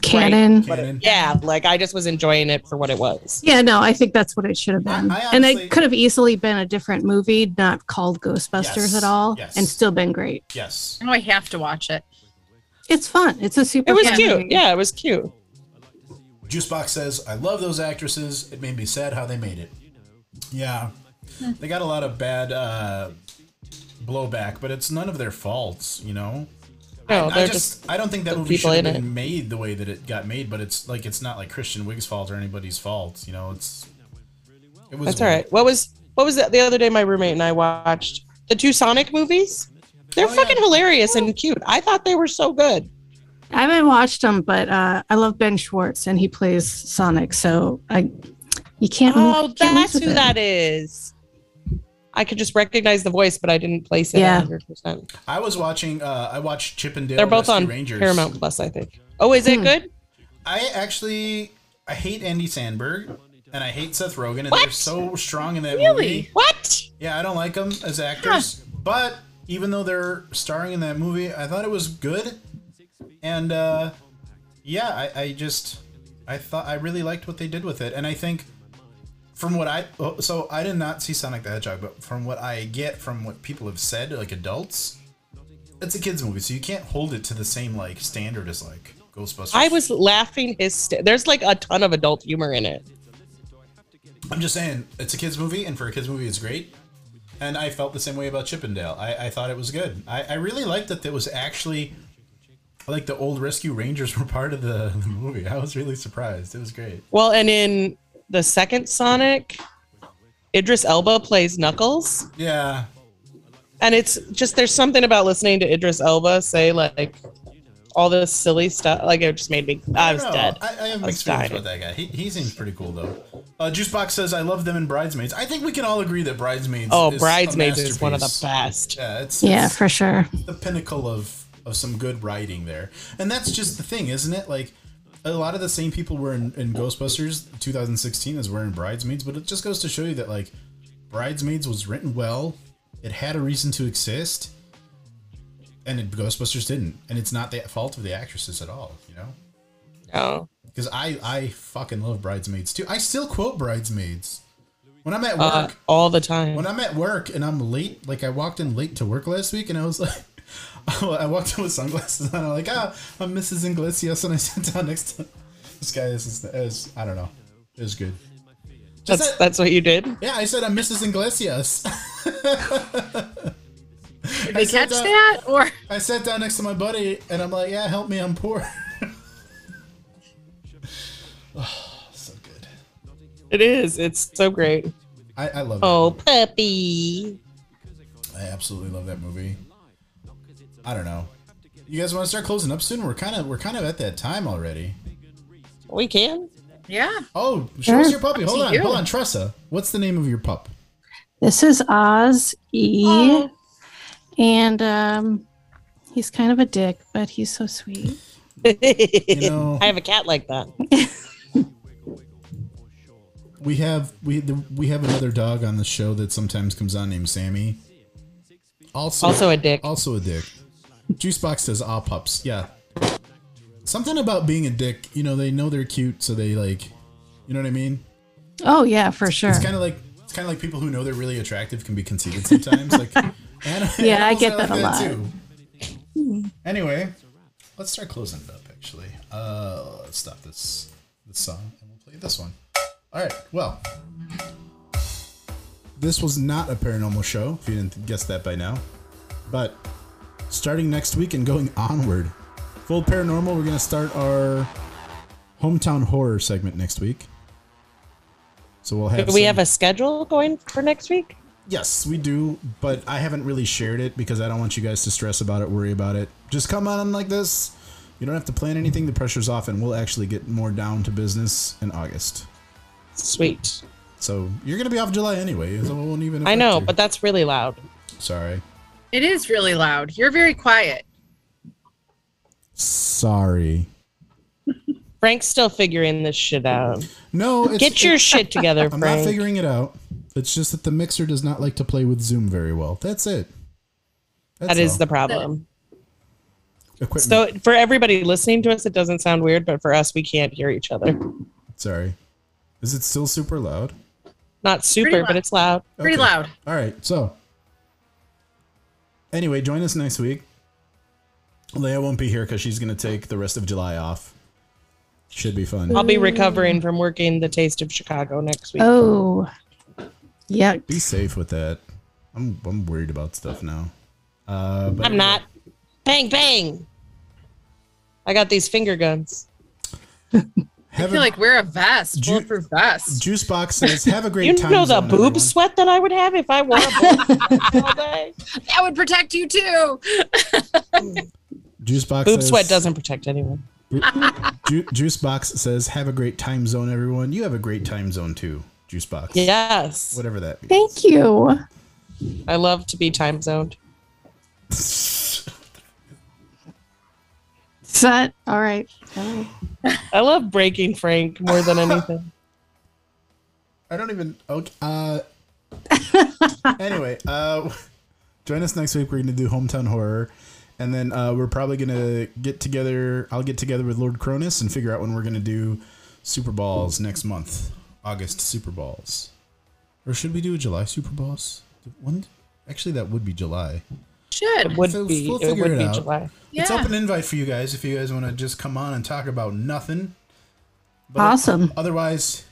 Speaker 4: canon.
Speaker 2: right, but-
Speaker 3: Canon.
Speaker 2: Yeah, like I just was enjoying it for what it was.
Speaker 4: Yeah, no, I think that's what it should have been.
Speaker 3: I
Speaker 4: and
Speaker 3: honestly-
Speaker 4: it could have easily been a different movie, not called Ghostbusters
Speaker 3: Yes,
Speaker 4: at all,
Speaker 3: yes.
Speaker 4: and still been great.
Speaker 3: Yes.
Speaker 5: Oh, I have to watch it.
Speaker 4: It's fun. It's a super.
Speaker 2: It was
Speaker 4: fun
Speaker 2: cute.
Speaker 4: movie.
Speaker 2: Yeah, it was cute.
Speaker 3: Juicebox says, I love those actresses. It made me sad how they made it. Yeah. They got a lot of bad uh, blowback, but it's none of their faults, you know?
Speaker 2: No,
Speaker 3: I, I
Speaker 2: they're
Speaker 3: just,
Speaker 2: just
Speaker 3: I don't think that
Speaker 2: the
Speaker 3: movie
Speaker 2: people
Speaker 3: should have
Speaker 2: in
Speaker 3: been made the way that it got made, but it's like it's not like Christian Wiggs' fault or anybody's fault, you know? It's it was
Speaker 2: That's all right. What was what was that the other day? My roommate and I watched the two Sonic movies. They're
Speaker 3: Oh,
Speaker 2: fucking hilarious and cute. I thought they were so good.
Speaker 4: I haven't watched them, but uh, I love Ben Schwartz, and he plays Sonic. So I, you can't. move-
Speaker 2: Oh,
Speaker 4: you can't mess
Speaker 2: that's
Speaker 4: with
Speaker 2: who
Speaker 4: it.
Speaker 2: that is. I could just recognize the voice, but I didn't place it.
Speaker 4: Yeah.
Speaker 2: 100%.
Speaker 3: I was watching, uh, I watched Chip and Dale
Speaker 2: They're both
Speaker 3: Rescue
Speaker 2: on
Speaker 3: Rangers.
Speaker 2: Paramount Plus, I think. Oh, is it good?
Speaker 3: I actually, I hate Andy Sandberg and I hate Seth Rogen, and they're
Speaker 2: What?
Speaker 3: so strong in that movie.
Speaker 2: What?
Speaker 3: Yeah, I don't like them as actors, but even though they're starring in that movie, I thought it was good. And uh, yeah, I, I just I thought I really liked what they did with it, and I think from what I oh, so I did not see Sonic the Hedgehog, but from what I get from what people have said, like adults, it's a kids movie, so you can't hold it to the same like standard as like Ghostbusters.
Speaker 2: I was laughing. His there's like a ton of adult humor in it.
Speaker 3: I'm just saying, it's a kids movie, and for a kids movie, it's great. And I felt the same way about Chippendale. I, I thought it was good. I, I really liked that it was actually like the old Rescue Rangers were part of the, the movie. I was really surprised. It was great.
Speaker 2: Well, and in the second Sonic, Idris Elba plays Knuckles.
Speaker 3: Yeah,
Speaker 2: And it's just there's something about listening to Idris Elba say like all this silly stuff. Like it just made me. I was
Speaker 3: don't know.
Speaker 2: dead.
Speaker 3: I, I have
Speaker 2: I
Speaker 3: mixed
Speaker 2: was
Speaker 3: feelings
Speaker 2: dying.
Speaker 3: about that guy. He, he seems pretty cool though. Uh, Juicebox says, "I love them in Bridesmaids." I think we can all agree that Bridesmaids.
Speaker 2: Oh,
Speaker 3: is
Speaker 2: Bridesmaids
Speaker 3: a
Speaker 2: is one of the
Speaker 3: masterpiece.
Speaker 2: best.
Speaker 3: Yeah, it's
Speaker 4: Yeah,
Speaker 3: it's-
Speaker 4: for sure.
Speaker 3: the pinnacle of of some good writing there and that's just the thing isn't it like a lot of the same people were in, in ghostbusters 2016 as were in bridesmaids but it just goes to show you that like bridesmaids was written well it had a reason to exist and it, ghostbusters didn't and it's not the fault of the actresses at all you know
Speaker 2: Oh,
Speaker 3: because i i fucking love bridesmaids too i still quote bridesmaids when i'm at work
Speaker 2: uh, all the time.
Speaker 3: when I'm at work and I'm late, like I walked in late to work last week, and I was like, I walked in with sunglasses on. I'm like, ah, I'm Mrs. Iglesias, and I sat down next to this guy. This is, is I don't know, it was good. Just
Speaker 2: that's
Speaker 3: that-
Speaker 2: that's what you did.
Speaker 3: yeah, I said I'm Mrs. Iglesias.
Speaker 5: Did
Speaker 3: I
Speaker 5: they
Speaker 3: said
Speaker 5: catch
Speaker 3: that-
Speaker 5: that? Or
Speaker 3: I sat down next to my buddy, and I'm like, yeah, help me, I'm poor. oh, so good.
Speaker 2: It is. It's so great.
Speaker 3: I, I love
Speaker 2: Oh, puppy.
Speaker 3: it. I absolutely love that movie. I don't know. You guys want to start closing up soon? We're kind of we're kind of at that time already.
Speaker 2: We can.
Speaker 5: yeah.
Speaker 3: Oh, show
Speaker 2: Uh-huh.
Speaker 3: us your puppy. Hold
Speaker 5: to
Speaker 3: on,
Speaker 5: you.
Speaker 3: hold on, Tressa. What's the name of your pup?
Speaker 4: This is Oz E,
Speaker 2: Oh.
Speaker 4: and um, he's kind of a dick, but he's so sweet.
Speaker 3: know-
Speaker 2: I have a cat like that.
Speaker 3: we have we the, we have another dog on the show that sometimes comes on named Sammy. Also,
Speaker 2: Also a dick.
Speaker 3: Also a dick. Juicebox says ah pups. Yeah. Something about being a dick. You know, they know they're cute, so they like. You know what I mean?
Speaker 4: Oh yeah, for sure.
Speaker 3: It's kind of like it's kind of like people who know they're really attractive can be conceited sometimes. like, ani-
Speaker 4: Yeah, I
Speaker 3: animals
Speaker 4: get
Speaker 3: are
Speaker 4: that a lot.
Speaker 3: too. Anyway, let's start closing it up. Actually, uh, let's stop this this song and we'll play this one. All right. Well, this was not a paranormal show. If you didn't guess that by now, but starting next week and going onward, full paranormal. We're gonna start our hometown horror segment next week. So we'll have
Speaker 2: Do we
Speaker 3: some-
Speaker 2: have a schedule going for next week?
Speaker 3: Yes, we do, but I haven't really shared it because I don't want you guys to stress about it, worry about it. Just come on like this. You don't have to plan anything. The pressure's off, and we'll actually get more down to business in August.
Speaker 2: Sweet.
Speaker 3: So you're gonna be off July anyway, so it won't even.
Speaker 2: I know,
Speaker 3: affect you.
Speaker 2: but that's really loud.
Speaker 3: sorry,
Speaker 5: It is really loud. You're very quiet.
Speaker 3: sorry.
Speaker 2: Frank's still figuring this shit out.
Speaker 3: No, it's,
Speaker 2: get your shit together,
Speaker 3: I'm
Speaker 2: Frank.
Speaker 3: not figuring it out. It's just that the mixer does not like to play with Zoom very well. That's it.
Speaker 2: That is the problem.
Speaker 3: Equipment.
Speaker 2: So for everybody listening to us, it doesn't sound weird, but for us, we can't hear each other.
Speaker 3: sorry. Is it still super loud?
Speaker 2: Not super,
Speaker 5: Pretty
Speaker 2: but
Speaker 5: loud.
Speaker 2: it's loud.
Speaker 5: Pretty
Speaker 3: Okay.
Speaker 5: loud.
Speaker 3: All right. So, anyway, join us next week. Leia won't be here because she's going to take the rest of July off. Should be fun.
Speaker 2: I'll be recovering from working the Taste of Chicago next week.
Speaker 4: Oh, yeah.
Speaker 3: Be safe with that. I'm, I'm worried about stuff now. Uh, but
Speaker 2: I'm not. Bang bang. I got these finger guns.
Speaker 5: I feel like we're a vest,
Speaker 3: Ju-
Speaker 5: bulletproof vest.
Speaker 3: Juicebox says, have a great
Speaker 2: You
Speaker 3: time.
Speaker 2: know the
Speaker 3: zone,
Speaker 2: boob
Speaker 3: everyone."
Speaker 2: sweat that I would have if I wore a boob all day.
Speaker 5: That would protect you too.
Speaker 3: Juicebox
Speaker 2: Boob
Speaker 3: says,
Speaker 2: sweat doesn't protect anyone.
Speaker 3: Ju- Juicebox says, have a great time zone, everyone. You have a great time zone too, Juicebox.
Speaker 2: Yes.
Speaker 3: Whatever that means.
Speaker 4: Thank you.
Speaker 2: I love to be time zoned.
Speaker 4: Is that all right? All
Speaker 2: I love breaking Frank more than anything.
Speaker 3: I don't even. Okay. Uh, anyway, uh, join us next week. We're going to do hometown horror, and then uh, we're probably going to get together. I'll get together with Lord Cronus and figure out when we're going to do Super Balls next month, August Super Balls, or should we do a July Super Balls? When? Actually, that would be July.
Speaker 5: Should.
Speaker 2: It would
Speaker 3: We'll-
Speaker 2: be.
Speaker 3: we'll
Speaker 2: it
Speaker 3: figure
Speaker 2: would
Speaker 3: it
Speaker 2: be
Speaker 3: out.
Speaker 2: July.
Speaker 3: It's
Speaker 5: Yeah.
Speaker 3: open invite for you guys if you guys want to just come on and talk about nothing. But
Speaker 4: Awesome.
Speaker 3: Otherwise,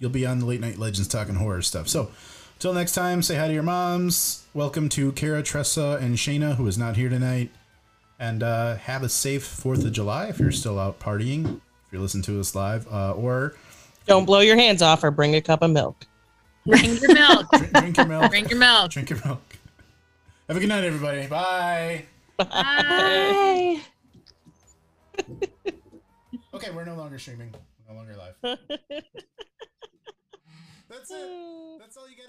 Speaker 3: you'll be on the late night legends talking horror stuff. So, till next time, say hi to your moms. Welcome to Kara, Tressa, and Shayna, who is not here tonight. And uh, have a safe Fourth of July if you're still out partying. If you're listening to us live, uh, or
Speaker 2: Don't blow your hands off or bring a cup of milk.
Speaker 5: Drink your milk.
Speaker 3: drink, drink your milk.
Speaker 5: Drink your milk.
Speaker 3: drink your milk. Have a good night, everybody. Bye.
Speaker 4: right.
Speaker 3: Okay, we're no
Speaker 2: Mm.
Speaker 3: longer streaming. We're no longer live. That's it. That's all you guys.